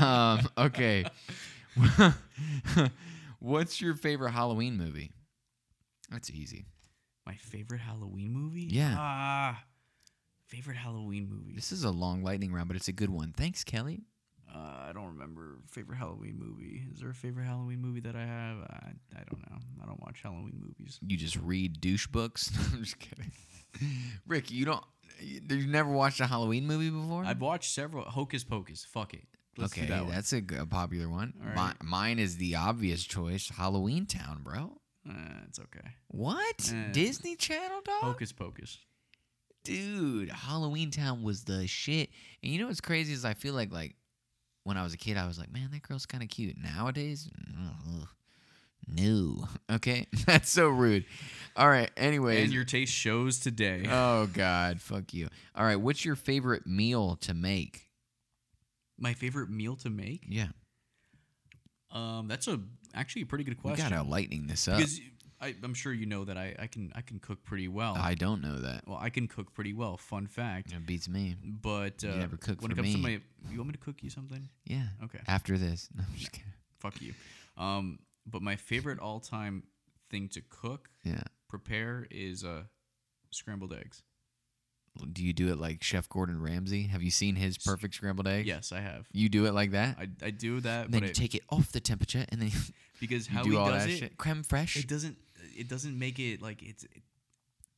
um, okay. (laughs) What's your favorite Halloween movie? That's easy. My favorite Halloween movie? Yeah. Ah, favorite Halloween movie? This is a long lightning round, but it's a good one. Thanks, Kelly. Uh, I don't remember. Favorite Halloween movie? Is there a favorite Halloween movie that I have? I, I don't know. I don't watch Halloween movies. You just read douche books. (laughs) I'm just kidding. Rick, you don't. you- You've never watched a Halloween movie before? I've watched several. Hocus Pocus. Fuck it. Let's okay, do that one. that's a, g- a popular one. All Mi- right. mine is the obvious choice, Halloween Town, bro. Uh, it's okay. What? Eh. Disney Channel, dog? Hocus Pocus. Dude, Halloween Town was the shit. And you know what's crazy is I feel like like when I was a kid, I was like, man, that girl's kind of cute. Nowadays, ugh, no. (laughs) Okay, that's so rude. All right. Anyways, And your taste shows (laughs) today. oh god, fuck you. All right, what's your favorite meal to make? My favorite meal to make? Yeah, Um, that's a actually a pretty good we question. gotta lighten this up. because I, I'm sure you know that I, I can I can cook pretty well. Oh, I don't know that. well, I can cook pretty well. Fun fact. It beats me. But uh, never cook when it for comes to me. Ah. my, you want me to cook you something? Yeah. Okay, After this, (laughs) no, I'm just kidding. fuck you. Um, but my favorite all time thing to cook Yeah. prepare is uh scrambled eggs. Do you do it like Chef Gordon Ramsay? Have you seen his perfect scrambled eggs? Yes, I have. You do it like that? I, I do that, And then but you it, take it off the temperature, and then (laughs) you because how do he all does that it, shit. Creme fraiche. it doesn't it doesn't make it like it's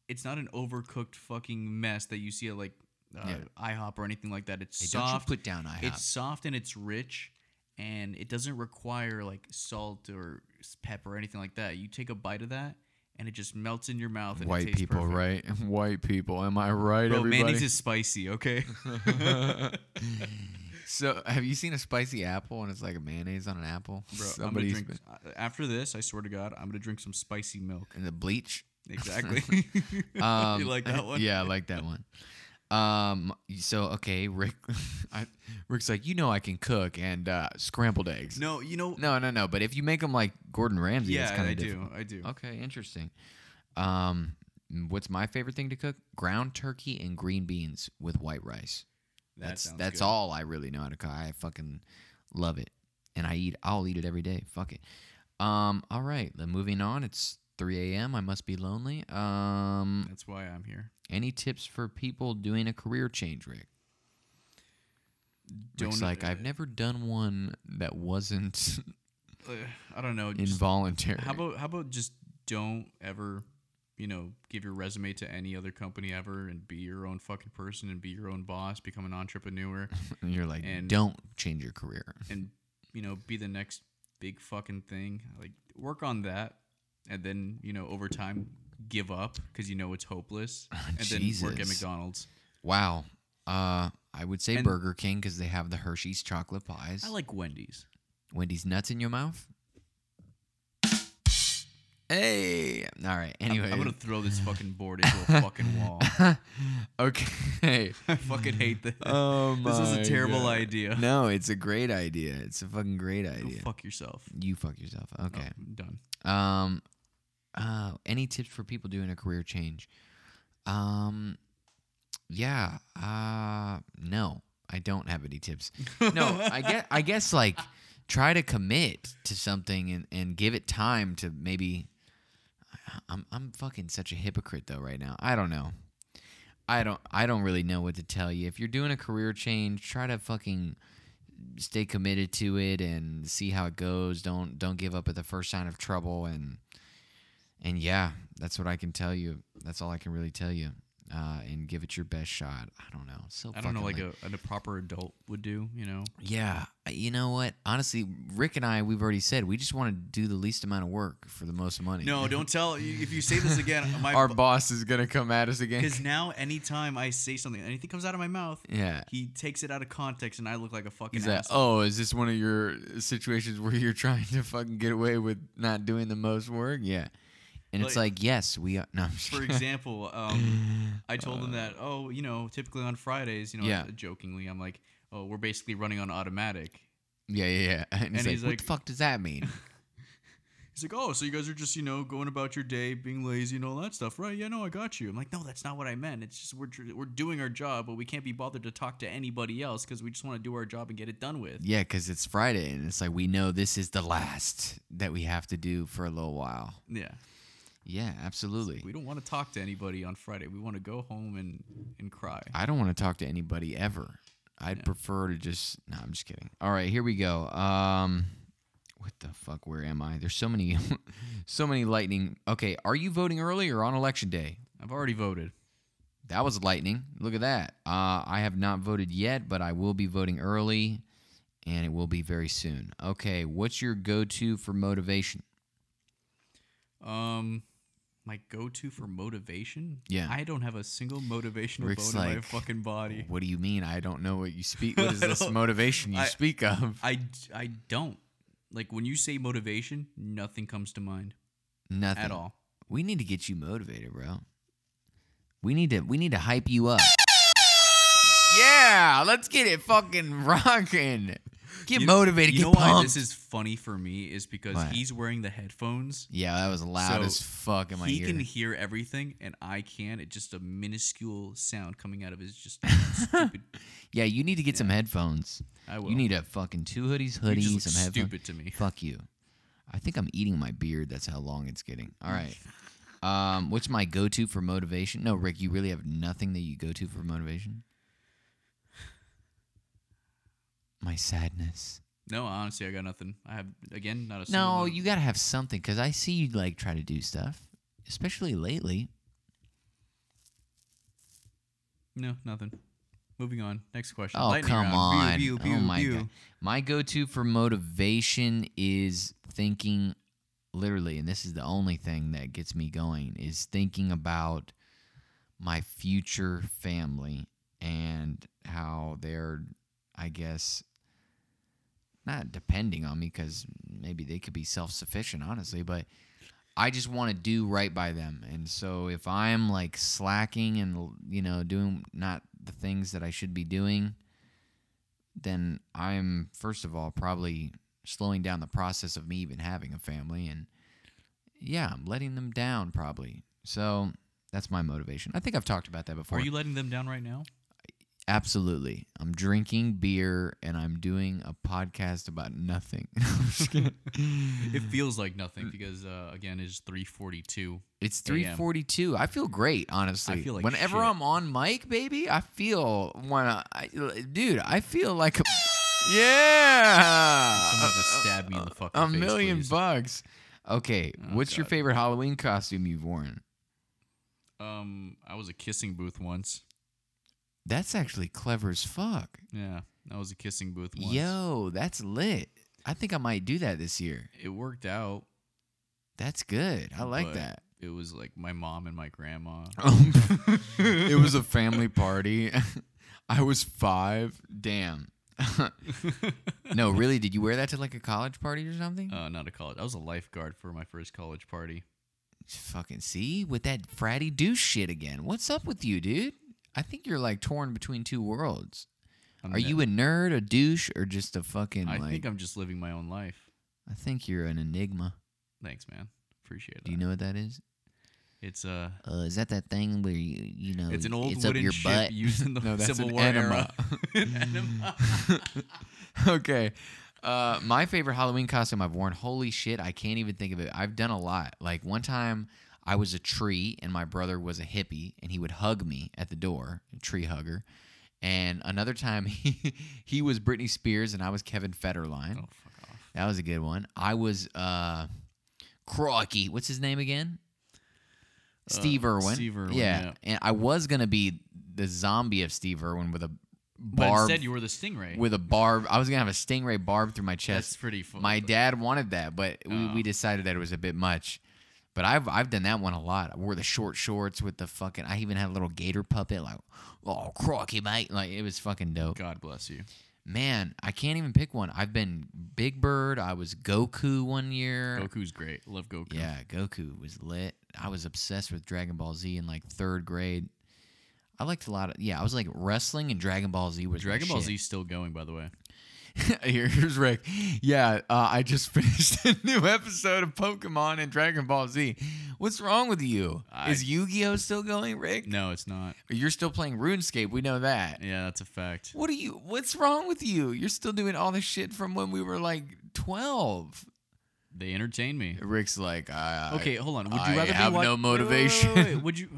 it's not an overcooked fucking mess that you see at like uh, Yeah. IHOP or anything like that. It's Hey, don't you soft. put down IHOP. it's soft and it's rich, and it doesn't require like salt or s- pepper or anything like that. You take a bite of that, and it just melts in your mouth. And it tastes perfect. right? (laughs) White people, am I right, Bro, mayonnaise is (laughs) spicy. Okay. so, have you seen a spicy apple and it's like a mayonnaise on an apple? Bro, Somebody's I'm gonna been- drink uh, after this. I swear to God, I'm gonna drink some (laughs) spicy milk. and the bleach. Exactly. (laughs) Um, you (laughs) like that one? Yeah, I like that one. Um. So okay, Rick. (laughs) I, Rick's like, you know, I can cook and uh, scrambled eggs. No, you know. no, no, no. But if you make them like Gordon Ramsay, it's yeah, kind I of do. I do. Okay, interesting. Um, what's my favorite thing to cook? Ground turkey and green beans with white rice. That That's sounds that's good. all I really know how to cook. I fucking love it, and I eat. I'll eat it every day. Fuck it. Um, all right. Then moving on. It's 3 a.m. I must be lonely. Um, That's why I'm here. any tips for people doing a career change, Rick? Rick's Don't- like, I've never done one that wasn't (laughs) Uh, I don't know. Just, involuntary. how about how about just don't ever, you know, give your resume to any other company ever, and be your own fucking person, and be your own boss, become (laughs) an entrepreneur, And you're like, and- don't change your career. and you know, be the next big fucking thing. Like work on that, and then you know, over time, give up because you know (laughs) it's hopeless, and then work at Oh, Jesus. McDonald's. Wow. Uh, I would say And- Burger King because they have the Hershey's chocolate pies. I like Wendy's. Wendy's nuts in your mouth. Hey. All right. I'm- Anyway. I'm gonna throw this fucking board into (laughs) a fucking wall. (laughs) okay. I fucking hate this. Oh my. (laughs) this is a terrible God. idea. No, it's a great idea. It's a fucking great Go idea. fuck Oh. yourself. you fuck yourself. No, Okay. I'm done. Um. Uh. Any tips for people doing a career change? Um. Yeah. Uh. No, I don't have any tips. No, I guess I guess like try to commit to something and and give it time to maybe. I'm I'm fucking such a hypocrite though right now. I don't know. I don't I don't really know what to tell you. If you're doing a career change, try to fucking stay committed to it and see how it goes. Don't don't give up at the first sign of trouble and and yeah, that's what I can tell you. That's all I can really tell you. Uh, and give it your best shot. I don't know. It's So I don't know, fucking like late. a, an- a proper adult would do, you know? Yeah, I- you know what? Honestly, Rick and I, we've already said we just want to do the least amount of work for the most money. (laughs) No, don't tell. If you say this (laughs) again, Our boss is gonna come at us again. because now anytime I say something, anything comes out of my mouth, (laughs) Yeah, he takes it out of context, and I look like a fucking he's like, asshole. "Oh, is this one of your situations where you're (laughs) trying to fucking get away with not doing the most work?" Yeah, and it's Like- like, "Yes, we are." (laughs) No, I'm just For kidding. example, (laughs) um, I told him that, oh, you know, typically on Fridays, you know, Yeah. jokingly, I'm like, oh, we're basically running on automatic. yeah, yeah, (laughs) yeah. And, he's, And like, he's "What like- the fuck does that (laughs) mean?" He's like, oh, so you guys are just, you know, going about your day, being lazy and all that stuff, right? Yeah, no, I got you. I'm like, no, that's not what I meant. It's just we're tr- we're doing our job, but we can't be bothered to talk to anybody else because we just want to do our job and get it done with. yeah, because it's Friday, and it's like we know this is the last that we have to do for a little while. Yeah, Yeah, absolutely. we don't want to talk to anybody on Friday. We want to go home and and cry. I don't want to talk to anybody ever. I'd Yeah. prefer to just. No, I'm just kidding. All right, here we go. Um, what the fuck? Where am I? There's so many, (laughs) so many lightning. Okay, are you voting early or on election day? I've already voted. That was lightning. Look at that. Uh, I have not voted yet, but I will be voting early, and it will be very soon. Okay, what's your go-to for (laughs) motivation? Um, my go-to for motivation. Yeah. I don't have a single motivational Rick's bone in my like, fucking body. What do you mean? I don't know what you speak. What (laughs) is this don't- motivation you I- speak of? I d- I don't like when you say motivation, nothing comes to mind Nothing at all. We need to get you motivated, bro. We need to we need to hype you up. Yeah, let's get it fucking rocking. Get You- motivated, You get know pumped. why this is funny for me is because Why? he's wearing the headphones. yeah, that was loud So, as fuck in my he ear. can hear everything, and I can. It's just a minuscule sound coming out of (laughs) his just stupid. yeah, you need to get some headphones. I will. You need a fucking two hoodies, You hoodies, just look some headphones. stupid to me. Fuck you. I think I'm eating my beard. That's how long it's getting. All right. Um, what's my go-to for motivation? No, Rick, you really have nothing that you go to for motivation. My sadness. No, honestly, I got nothing. I have again not a single No, motiv- you gotta have something because I see you like try to do stuff, especially lately. No, nothing. Moving on. Next question. Oh Lightning come round. on! Pew, pew, oh pew, my pew. god! My go-to for motivation is thinking, literally, and this is the only thing that gets me going is thinking about my future family and how they're, I guess, not depending on me because maybe they could be self-sufficient, honestly, but. I just want to do right by them. And so if I'm like slacking and you know doing not the things that I should be doing, then I'm first of all probably slowing down the process of me even having a family and yeah, I'm letting them down probably. So that's my motivation. I think I've talked about that before. Are you letting them down right now? Absolutely. I'm drinking beer and I'm doing a podcast about nothing. (laughs) I'm just kidding. It feels like Mm. nothing because uh, again, it's 3:42. It's 342. I feel great, honestly. I feel like Whenever shit. I'm on mic, baby, I feel when I, I- dude, I feel like a, yeah. Someone just stab me in the fucking Uh, a face, million please. bucks. Okay, Oh, what's your God. favorite Halloween costume you've worn? Um, I was a kissing booth once. That's actually clever as fuck. Yeah, I was a kissing booth once. Yo, that's lit. I think I might do that this year. it worked out. That's good. I like But- that. It was like my mom and (laughs) my grandma. it was a family party. I was five. Damn. no, really? Did you wear that to like a college party or something? Uh, not a college. I was a lifeguard for my first college party. Fucking see with that fratty douche shit again. What's up with you, dude? I think you're like torn between two worlds. I'm Are ne- you a nerd, a douche, or just a fucking I like? think I'm just living my own life. I think you're an enigma. Thanks, man. Appreciate Do it. you know what that is? It's uh, Uh, is that that thing where you you know it's an old it's wooden up your ship butt? used (laughs) in the No, that's Civil an War enema. era. (laughs) (laughs) An enema. okay. Uh, my favorite Halloween costume I've worn. Holy shit, I can't even think of it. I've done a lot. Like one time, I was a tree, and my brother was a hippie, and he would hug me at the door, a tree hugger. And another time, (laughs) he he was Britney Spears, and I was Kevin Federline. Oh, fuck off. That was a good one. I was uh, Crocky. What's his name again? Steve Irwin. Uh, Steve Irwin, yeah. and I was gonna be the zombie of Steve Irwin with a But barb instead, you were the stingray. with a barb. I was gonna have a stingray barb through my that's chest. pretty fun. My dad wanted that, but we, Oh. we decided that it was a bit much. But I've I've done that one a lot. I wore the short shorts with the fucking. I even had a little gator puppet, like oh crocky mate, like it was fucking dope. (laughs) God bless you. Man, I can't even pick one. I've been Big Bird. I was Goku one year. Goku's great. Love Goku. Yeah, Goku was lit. I was obsessed with Dragon Ball Z in like third grade. I liked a lot of yeah. I was like wrestling and Dragon Ball Z was my Dragon Ball shit. Z's still going, by the way. (laughs) Here- Here's Rick. Yeah, uh, I just (laughs) finished a new episode of Pokemon and Dragon Ball Z. What's wrong with you? I- Is Yu Gi Oh still going, Rick? No, it's not. You're still playing RuneScape. We know that. Yeah, that's a fact. What are you? What's wrong with you? You're still doing all this shit from when we were like twelve. They entertain me. Rick's like, I, I- Okay, hold on. Would you I rather have be wa- no Wait, wait, wait, motivation. wait, wait. Would you?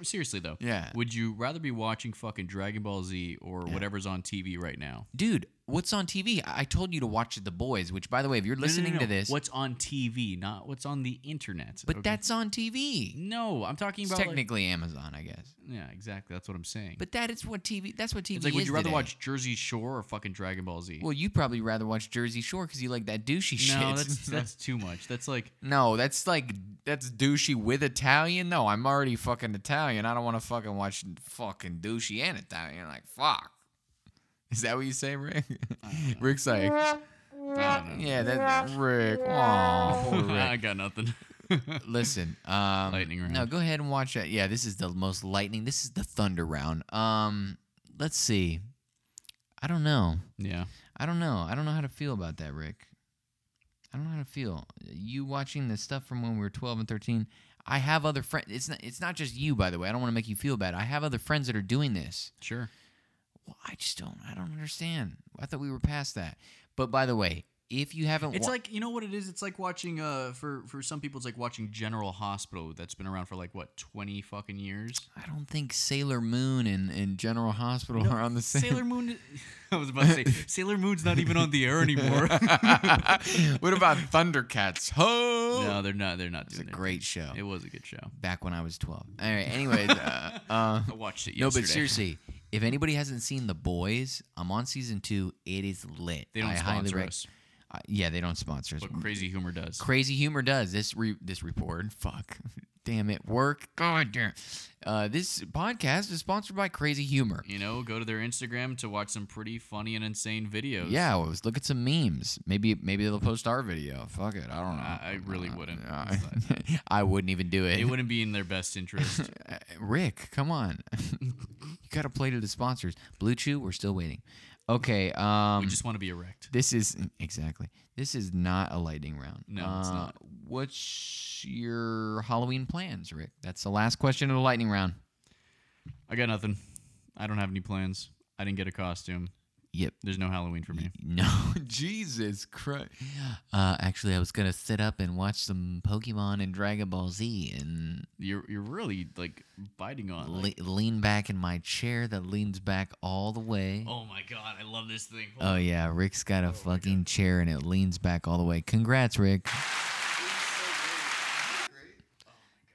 (laughs) Seriously though. Yeah. Would you rather be watching fucking Dragon Ball Z or whatever's on TV right now? dude, what's on TV? I I told you to watch The Boys, which, by the way, if you're No, no, no, listening no. to this, What's on TV, not what's on the internet. but okay? that's on TV. no. I'm talking It's about like- technically Amazon, I guess. yeah, exactly. That's what I'm saying. But that is what TV. That's what TV it's like, would is you rather today. watch Jersey Shore or fucking Dragon Ball Z? Well, you probably rather watch Jersey Shore because you like that douchey shit. (laughs) no, that's that's too much. That's like no, that's like that's douchey with Italian. No, I'm already fucking Italian. I don't want to fucking watch fucking douchey and Italian. Like fuck. Is that what you say, Rick? (laughs) Rick's like, I don't know. yeah, that's Rick. Aw, (laughs) (laughs) poor Rick. I got nothing. Listen, um, Lightning No, round. go ahead and watch that. Yeah, this is the most lightning. This is the thunder round. Um, let's see. I don't know. yeah. I don't know. I don't know how to feel about that, Rick. I don't know how to feel. You watching the stuff from when we were 12 and 13. I have other friends. It's not. It's not just you, by the way. I don't want to make you feel bad. I have other friends that are doing this. Sure. Well, I just don't. I don't understand. I thought we were past that. But by the way, if you haven't, It's wa- like you know what it is. It's like watching uh for for some people it's like watching General Hospital that's been around for like what twenty (laughs) fucking years. I don't think Sailor Moon and, and General Hospital are on the same. (laughs) Sailor Moon. I was about to (laughs) say Sailor Moon's not even on the air anymore. (laughs) what about Thundercats? Ho! no, they're not. They're not it's a doing it. great show. It was a good show. Back when I was 12. All right. Anyways, (laughs) uh, uh, I watched it. no, Yesterday. but seriously, if anybody hasn't seen The Boys, I'm on season two. It is lit. they don't I highly sponsor rec- us, Uh, yeah, they don't sponsor us. but Crazy Humor does. Crazy humor does this. Re- this report. (laughs) Fuck. Damn it. Work. God damn. Uh, this podcast is sponsored by Crazy Humor. you know, go to their Instagram to watch some pretty funny and insane videos. Yeah, well, let's look at some memes. Maybe maybe they'll post our video. Fuck it, I don't know. I- I really Uh, wouldn't. uh, I, (laughs) I wouldn't even do it. It wouldn't be in their best interest. (laughs) Uh, Rick, come on, (laughs) you gotta play to the sponsors. Blue Chew, we're still waiting. Okay, um, we just want to be erect. this is exactly. This is not a lightning round. No, it's Uh, not. What's your Halloween plans, Rick? That's the last question of the lightning round. I got nothing. I don't have any plans. I didn't get a costume. Yep. There's no Halloween for me. (laughs) No, Jesus Christ. Uh, actually, I was gonna sit up and watch some Pokemon and Dragon Ball Z and You're you're really like biting on. le- Like, lean back in my chair that leans back all the way. oh my god, I love this thing. Hold Oh on. yeah, Rick's got a Oh my God. fucking chair and it leans back all the way. Congrats, Rick.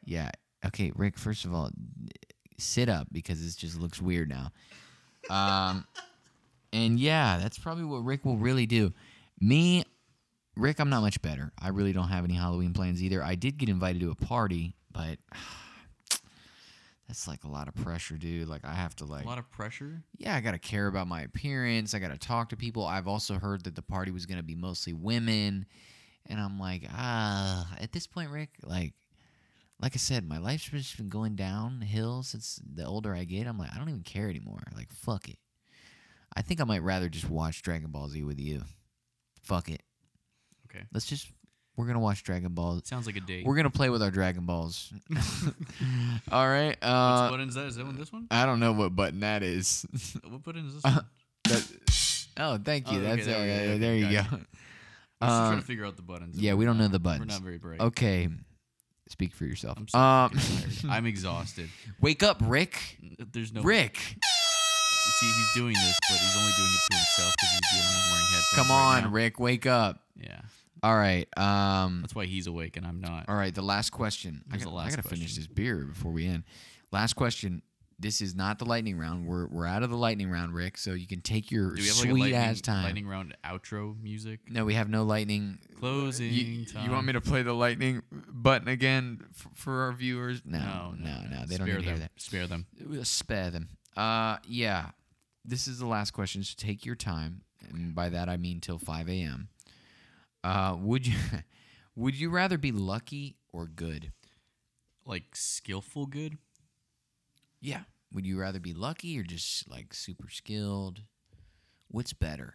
Yeah. Okay, Rick. First of all, sit up because this just looks weird now. Um, (laughs) and yeah, that's probably what Rick will really do. Me, Rick, I'm not much better. I really don't have any Halloween plans either. I did get invited to a party, but (sighs) that's like a lot of pressure, dude. Like I have to like A lot of pressure. yeah, I got to care about my appearance. I got to talk to people. I've also heard that the party was going to be mostly women. And I'm like, ah, at this point, Rick, like, like I said, my life's just been going downhill since the older I get. I'm like, I don't even care anymore. Like, fuck it. I think I might rather just watch Dragon Ball Z with you. Fuck it. Okay. Let's just, we're going to watch Dragon Ball. Sounds like a date. We're going to play with our Dragon Balls. (laughs) All right. Which Uh, button is that? Is that one this one? I don't know what button that is. (laughs) What button is this Uh, one? Oh, thank you. Oh, okay, That's there there. we go, There, okay, you gotcha. (laughs) go. We're still trying um, to figure out the buttons. yeah, we don't know the We're not buttons. very bright. Okay, speak for yourself. I'm so Um, fucking tired. (laughs) I'm exhausted. (laughs) wake up, Rick. There's no Rick, See, he's doing this, but he's only doing it to himself because he's the only one wearing headphones. come right on, now. Rick, wake up. Yeah, All right. Um. that's why he's awake and I'm not. All right. The last question. I Here's gotta, the last I gotta finish question. this beer before we end. Last question. This is not the lightning round. We're we're out of the lightning round, Rick. So you can take your Do we have sweet like a lightning, ass time. lightning round outro music? No, we have no lightning. Closing You, time. you want me to play the lightning button again f- for our viewers? No, no, no. They don't Spare need to them. hear that. Spare them. We'll spare them. Uh, yeah. This is the last question, so take your time, and by that I mean till 5 a.m. Uh, would you (laughs) would you rather be lucky or good? Like skillful good. Yeah. Would you rather be lucky or just like super skilled? What's better?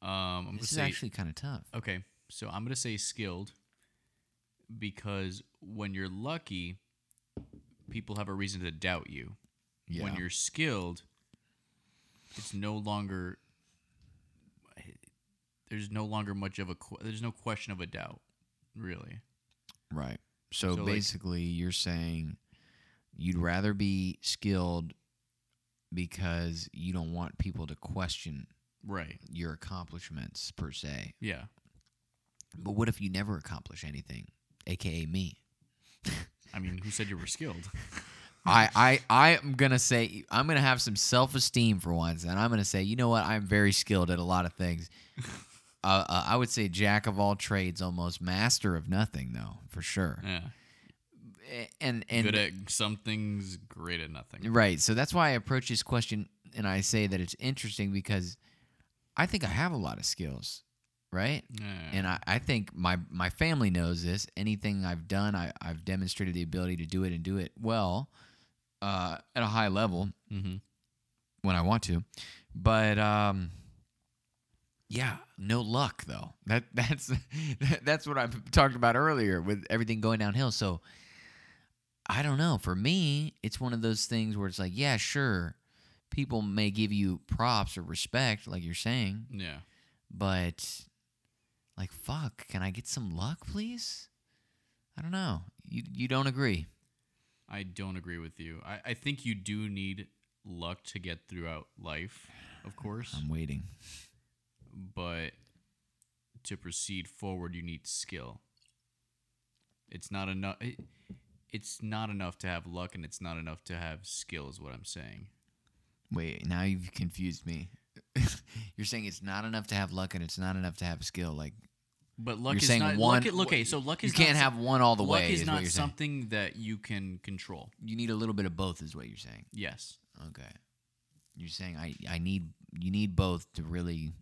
Um, I'm gonna This is say actually kind of tough. okay. So I'm gonna say skilled because when you're lucky, people have a reason to doubt you. When Yeah. you're skilled, it's no longer there's no longer much of a que- there's no question of a doubt, really. Right. So, So, like- basically, you're saying you'd rather be skilled because you don't want people to question Right. your accomplishments per se. Yeah. But what if you never accomplish anything, aka me? I mean, who said you were (laughs) skilled? I, I, I am gonna say I'm gonna have some self esteem for once, and I'm gonna say, you know what? I'm very skilled at a lot of (laughs) things. Uh, uh, I would say jack of all trades, almost master of nothing, though, for sure. Yeah. A- And and Good at some things, great at nothing. Right. So that's why I approach this question and I say that it's interesting because I think I have a lot of skills, right? Yeah. And I, I think my, my family knows this. Anything I've done, I, I've demonstrated the ability to do it and do it well uh, at a high level mm-hmm. when I want to. But um, yeah, no luck though. That (laughs) that's that's what I talked about earlier with everything going downhill. So I don't know. For me, it's one of those things where it's like, yeah, sure, people may give you props or respect, like you're saying, Yeah. but like, fuck, can I get some luck, please? I don't know. You you don't agree? I don't agree with you. I, I think you do need luck to get throughout life, of course, I'm waiting. but to proceed forward, you need skill. It's not enough. It, it's not enough to have luck, and it's not enough to have skill. Is what I'm saying. Wait, now you've confused me. (laughs) you're saying it's not enough to have luck and it's not enough to have skill. Like But luck you're is saying not one. Luck, okay, so luck you is can't not, have one all the luck way. is, what not you're saying. something that you can control. You need a little bit of both, is what you're saying. Yes. Okay. You're saying I, I need you need both to really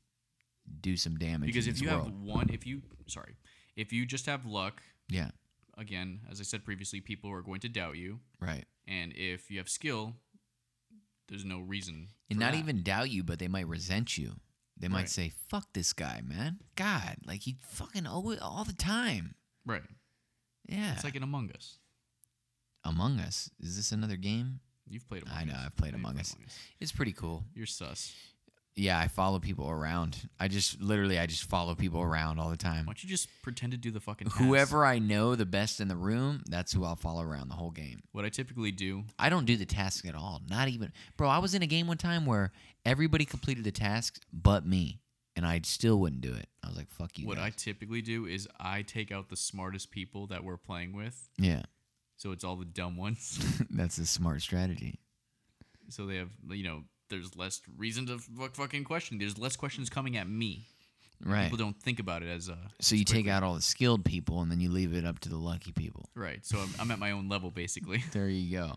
do some damage. because in if this you world. have one if you sorry if you just have luck yeah, again as i said previously people are going to doubt you right. and if you have skill there's no reason And for not that. even doubt you, but they might resent you. They might Right. say, "Fuck this guy, man! God, like he fucking always all the time." right Yeah. it's like an among us Among Us. Is this another game? You've played Among I know, Us. I've played I know Among you've Us. It's pretty cool. You're sus. Yeah, I follow people around. I just literally I just follow people around all the time. Why don't you just pretend to do the fucking task? Whoever I know the best in the room, that's who I'll follow around the whole game. What I typically do. I don't do the task at all. Not even. Bro, I was in a game one time where everybody completed the tasks but me, and I still wouldn't do it. I was like, fuck you. What I guys. typically do is I take out the smartest people that we're playing with, Yeah. (laughs) so it's all the dumb ones. (laughs) that's a smart strategy. so they have, you know, there's less reason to fuck fucking question. There's less questions coming at me. Right. People don't think about it as uh So as you take quickly. out all the skilled people and then you leave it up to the lucky people. right. So I'm, I'm at my own level basically. (laughs) There you go.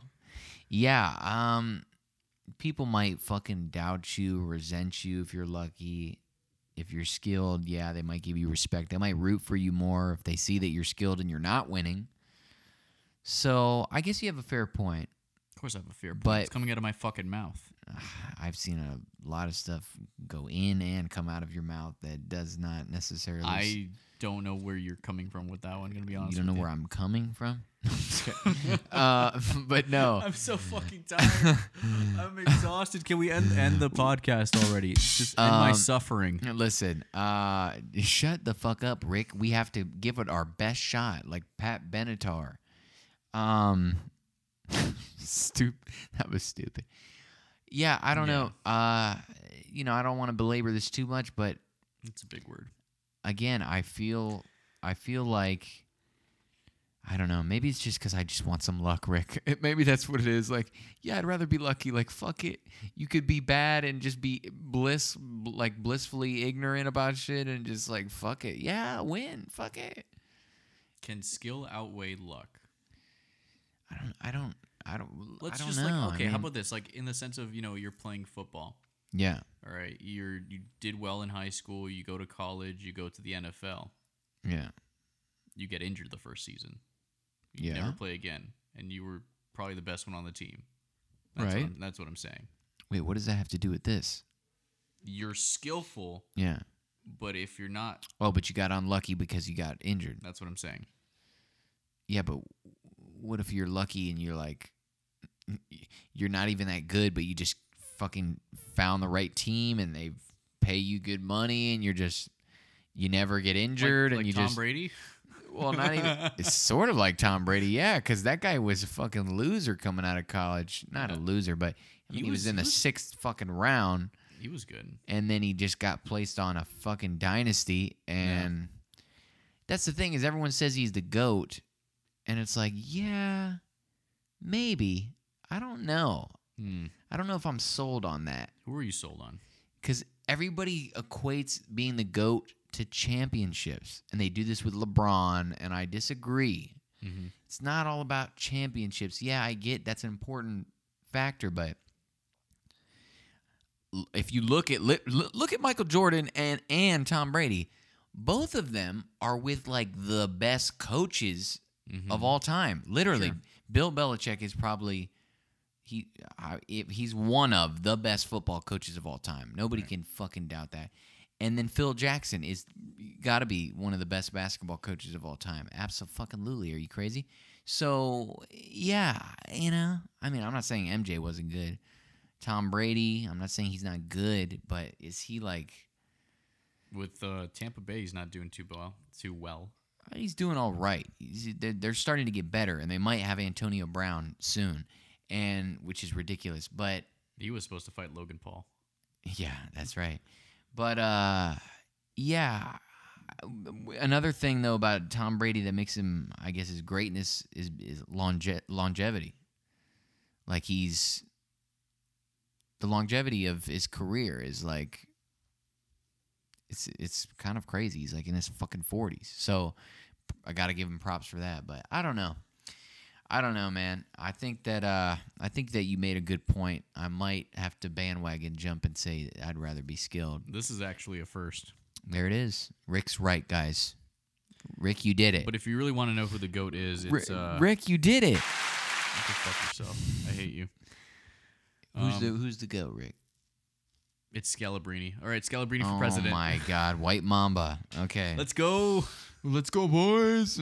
Yeah, um people might fucking doubt you, resent you if you're lucky. If you're skilled, yeah, they might give you respect. They might root for you more if they see that you're skilled and you're not winning. So, I guess you have a fair point. (sighs) Of course, I have a fear, but But- it's coming out of my fucking mouth. I've seen a lot of stuff go in and come out of your mouth that does not necessarily I don't know where you're coming from with that one. Gonna be honest. you don't know with where I'm coming from. (laughs) (laughs) uh, but no. I'm so fucking (laughs) tired. I'm exhausted. Can we end, end the podcast already? It's Just end my Um, suffering. Now, Listen, uh, shut the fuck up, Rick. We have to give it our best shot, like Pat Benatar. Um, (laughs) stupid. That was stupid. Yeah, I don't Yeah. know. Uh, you know, I don't want to belabor this too much, but It's a big word. again, I feel, I feel like, I don't know. Maybe it's just because I just want some luck, Rick. (laughs) maybe that's what it is. Like, yeah, I'd rather be lucky. Like, fuck it. You could be bad and just be bliss, like blissfully ignorant about shit, and just like, fuck it. Yeah, win. Fuck it. Can skill outweigh luck? I don't. I don't. I don't. Let's I don't just know. like I okay. how mean, about this? Like in the sense of you know you're playing football. Yeah. All right, you're you did well in high school. You go to college. You go to the NFL. Yeah. You get injured the first season. You Yeah. never play again, and you were probably the best one on the team. That's Right. What I'm- that's what I'm saying. Wait. What does that have to do with this? You're skillful, Yeah. but if you're not, Oh, but you got unlucky because you got injured. that's what I'm saying. Yeah, but what if you're lucky and you're like, you're not even that good, but you just fucking found the right team and they pay you good money and you're just, you never get Like, injured like and you Tom just, Brady. well, not (laughs) even. (laughs) It's sort of like Tom Brady, yeah, because that guy was a fucking loser coming out of college. Not a Yeah. loser, but I He mean, he was, was- in he the was- sixth fucking round, He was good. and then he just got placed on a fucking dynasty. And that's the thing is everyone says he's the goat, and it's like, yeah, maybe. I don't know. Hmm. I don't know if I'm sold on that Who are you sold on? because everybody equates being the goat to championships, and they do this with LeBron, and I disagree. Mm-hmm. It's not all about championships. Yeah, I get that's an important factor, but l- if you look at li- l- look at Michael Jordan and and Tom Brady, both of them are with like the best coaches Mm-hmm. of all time. Literally, Sure. Bill Belichick is probably he I, if he's one of the best football coaches of all time. Nobody Right. can fucking doubt that. And then Phil Jackson is got to be one of the best basketball coaches of all time. Absolutely, are you crazy? So yeah, you know, I mean, I'm not saying MJ wasn't good. Tom Brady, I'm not saying he's not good, but is he like With uh, Tampa Bay, he's not doing too well. Too well. he's doing all right. He's, they're, they're starting to get better, and they might have Antonio Brown soon, and which is ridiculous. But He was supposed to fight Logan Paul. yeah, that's right. But uh, yeah. Another thing though about Tom Brady that makes him, I guess, his greatness is, is longe- longevity. Like he's the longevity of his career is like it's it's kind of crazy. He's like in his fucking forties, so I gotta give him props for that. But I don't know, I don't know, man. I think that uh, I think that you made a good point. I might have to bandwagon jump and say that I'd rather be skilled. This is actually a first. There it is. Rick's right, guys. Rick, you did it. But if you really want to know who the goat is, Ri- it's uh, Rick, you did it. you can fuck yourself. I hate you. Who's Um, the who's the goat, Rick? It's Scalabrini. All right, Scalabrini for Oh president. my God, White Mamba. Okay, Let's go. let's go, boys.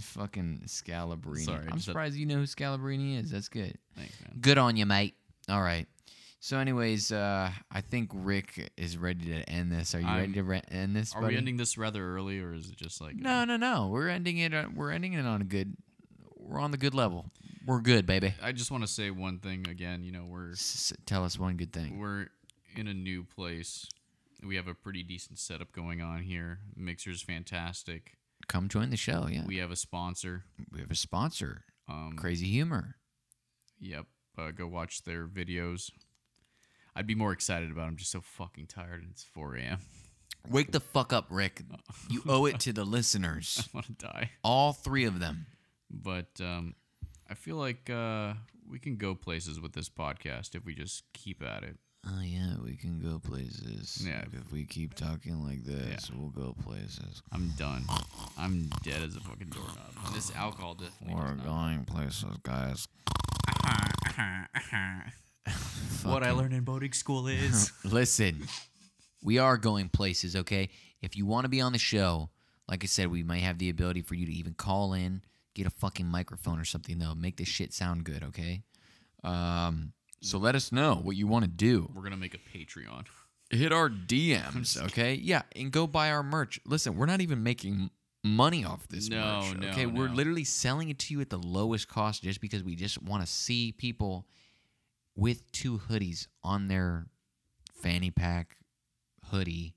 Fucking Scalabrini. Sorry, I I'm just had- surprised you know who Scalabrini is. That's good. Thanks, man. Good on you, mate. All right. So, anyways, uh, I think Rick is ready to end this. Are you ready I'm- to re- end this? Are buddy? we ending this rather early, or is it just like No, no, no. We're ending it. on- We're ending it on a good. We're on the good level. We're good, baby. I just want to say one thing again. You know, we're S- s- tell us one good thing. we're in a new place. We have a pretty decent setup going on here. Mixer's fantastic. Come join the show. Yeah, We have a sponsor. we have a sponsor, Um, Crazy Humor. Yep. Uh, go watch their videos. I'd be more excited about. It. I'm just so fucking tired, and it's 4 a.m. Wake the fuck up, Rick. (laughs) You owe it to the listeners, (laughs) I want to die. all three of them. But um, I feel like uh, we can go places with this podcast if we just keep at it. Oh yeah, we can go places. Yeah. If we keep talking like this, we'll go places. I'm done. I'm dead as a fucking doorknob. And this alcohol definitely. We're (laughs) Does not. going places, guys. (laughs) What I learned in boating school is Listen, we are going places, okay? If you want to be on the show, like I said, we might have the ability for you to even call in, get a fucking microphone or something, though. Make this shit sound good, okay? Um, so let us know what you want to do. we're gonna make a Patreon. Hit our (laughs) DMs, okay? Yeah, and go buy our merch. Listen, we're not even making money off this No, merch, no, okay? We're no. literally selling it to you at the lowest cost just because we just want to see people with two hoodies on their fanny pack, hoodie,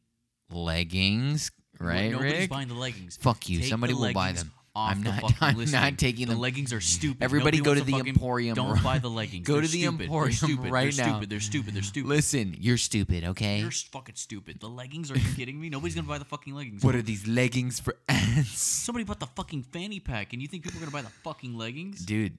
leggings, right, Nobody's Rick? buying the leggings. Fuck you. Take the Somebody will buy leggings them. off I'm the not- fucking (laughs) I'm listing. not taking the them. legs are stupid. Everybody Nobody go wants to the fucking- Emporium Don't right- buy (laughs) the leggings. Go They're to the stupid. Emporium (laughs) They're stupid. right They're now. stupid. They're stupid. They're (laughs) stupid. Listen, you're stupid, okay? You're s- fucking stupid. The leggings? (laughs) Are you kidding me? Nobody's gonna buy the fucking leggings. what are these leggings for (laughs) ants? Somebody bought the fucking fanny pack, and you think people are gonna buy the fucking leggings? Dude,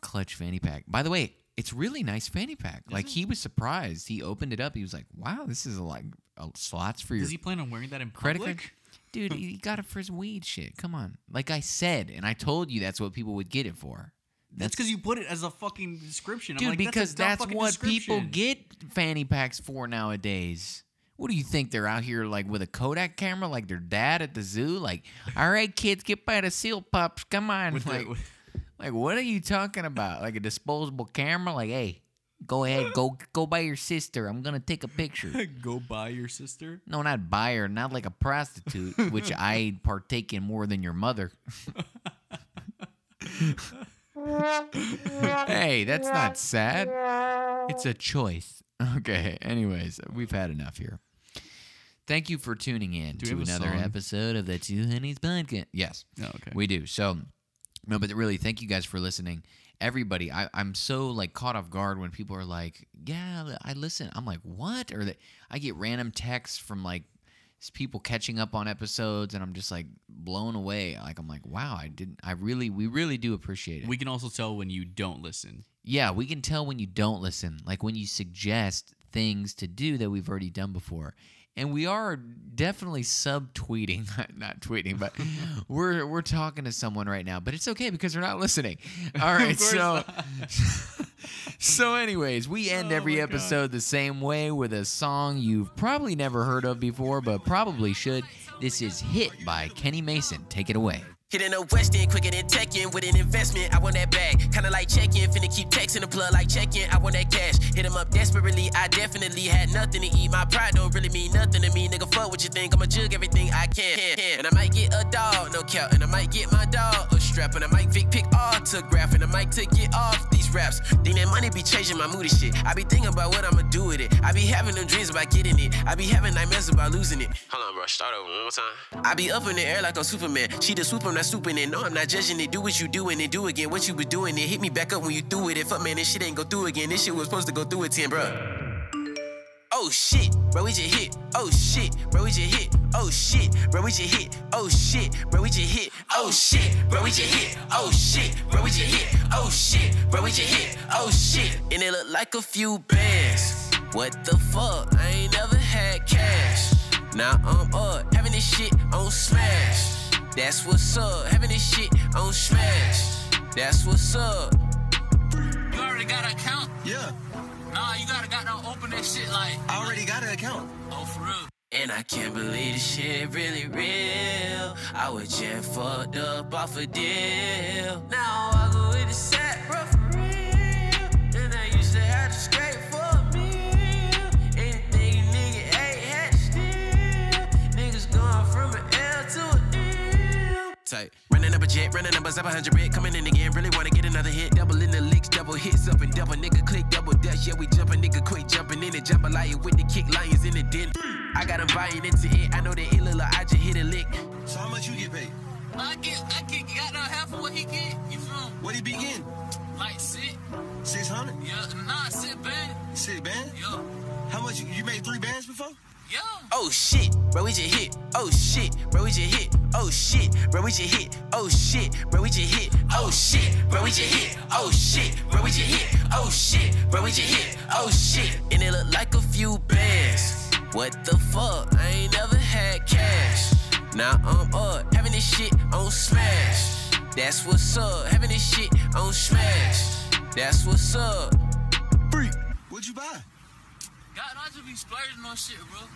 clutch fanny pack. By the way, it's really nice fanny pack. like it? he was surprised. He opened it up. He was like, "Wow, this is like uh, slots for your Does he Hmm. plan on wearing that in credit public? card." (laughs) Dude, he got it for his weed shit. Come on. Like I said, and I told you that's what people would get it for. That's because you put it as a fucking description. Dude, I'm like, because that's, that's, a dumb fucking what people description. get fanny packs for nowadays. What do you think? They're out here like with a Kodak camera, like their dad at the zoo. Like, all right, kids, get by the seal pups. Come on. With the- like, like, what are you talking about? Like a disposable camera? Like, hey, go ahead, go go by your sister. I'm gonna take a picture. (laughs) Go buy your sister. No, not buy her, not like a prostitute, which I partake in more than your mother. hey, that's not (laughs) sad. It's a choice. Okay. Anyways, we've had enough here. Thank you for tuning in Do we to have a another song? episode of the Two Honeys Podcast. Yes, Oh, okay. we do. So, no, but really, thank you guys for listening. Everybody, I, I'm so like caught off guard when people are like, "Yeah, I listen." I'm like, "What?" Or that I get random texts from like s- people catching up on episodes, and I'm just like blown away. Like I'm like, "Wow, I didn't. I really, we really do appreciate it." We can also tell when you don't listen. Yeah, we can tell when you don't listen, like when you suggest things to do that we've already done before. And we are definitely subtweeting, (laughs) not tweeting, (laughs) but we're we're talking to someone right now, but it's okay because they're not (laughs) listening. All right, course so not. (laughs) so anyways, (laughs) we end Oh every my God. episode the same way with a song you've probably never heard of before, but probably should. This is Hit by Kenny Mason. Take it away. Hitting a West End quicker than Tekken with an investment. I want that bag. Kinda like check-in, finna keep texting the plug like check-in. I want that cash. Hit him up desperately. I definitely had nothing to eat. My pride don't really mean nothing to me. Nigga, fuck what you think. I'ma jug everything I can. can, can. And I might get a dog, no cap. And I might get my dog a strap. And I might Vic pick autograph. And I might take it off these raps. Think that money be changing my mood and shit. I be thinking about what I'ma do with it. I be having them dreams about getting it. I be having nightmares about losing it. Hold on, bro. Start over one more time. I be up in the air like I'm Superman. She the swoop, I'm not swooping it. No, I'm not judging it. Do what you do and then do again. What you was doing, it hit me back up when you threw it. And fuck, man, this shit ain't go through again. This shit was supposed to go through it, 10, bruh. Oh shit, bro, we just hit. Oh shit, bro, we just hit. Oh shit, bro, we just hit. Oh shit, bro, we just hit. Oh shit, bro, we just hit. Oh shit, bro, we just hit. Oh shit, bro, we just hit. Oh shit. And it look like a few bands. What the fuck? I ain't never had cash. Now I'm up, having this shit on smash. That's what's up, having this shit on smash. That's what's up. You already got an account? Yeah, Nah, you gotta got to open that shit like. I already got an account. Oh, for real. And I can't believe this shit really real. I was just fucked up off a deal. Now I go with the set, bro, for real. And I used to have to scrape for a meal. Anything a nigga ate had to steal. Niggas going from an L to an M. Tight. Running up a jet, running numbers up a hundred red. Coming in again, really wanna get another hit. Double in the licks, double hits up and double nigga click, double dash. Yeah, we jumpin', nigga quick jumping in and jumping lion with the kick, lions in the den. I got 'em buying into it. I know they ill, look, I just hit a lick. So how much you get paid? I get, I get, got no half of what he get. You feel me? What he be getting? Like sit, Six hundred? yeah, nah, sit back, Six bands? yeah, How much you, you made three bands before? yeah. Oh shit, bro, we just hit. Oh shit, bro, we just hit. Oh shit, bro, we just hit. Oh shit, bro, we just hit. Oh shit, bro, we just hit. Oh shit, bro, we just hit. Oh shit, bro, we just hit. Oh shit, and it look like a few bands. What the fuck? I ain't never had cash. Now I'm up, having this shit on smash. That's what's up, having this shit on smash. That's what's up. What'd you buy? God, I just be splurging on shit, bro.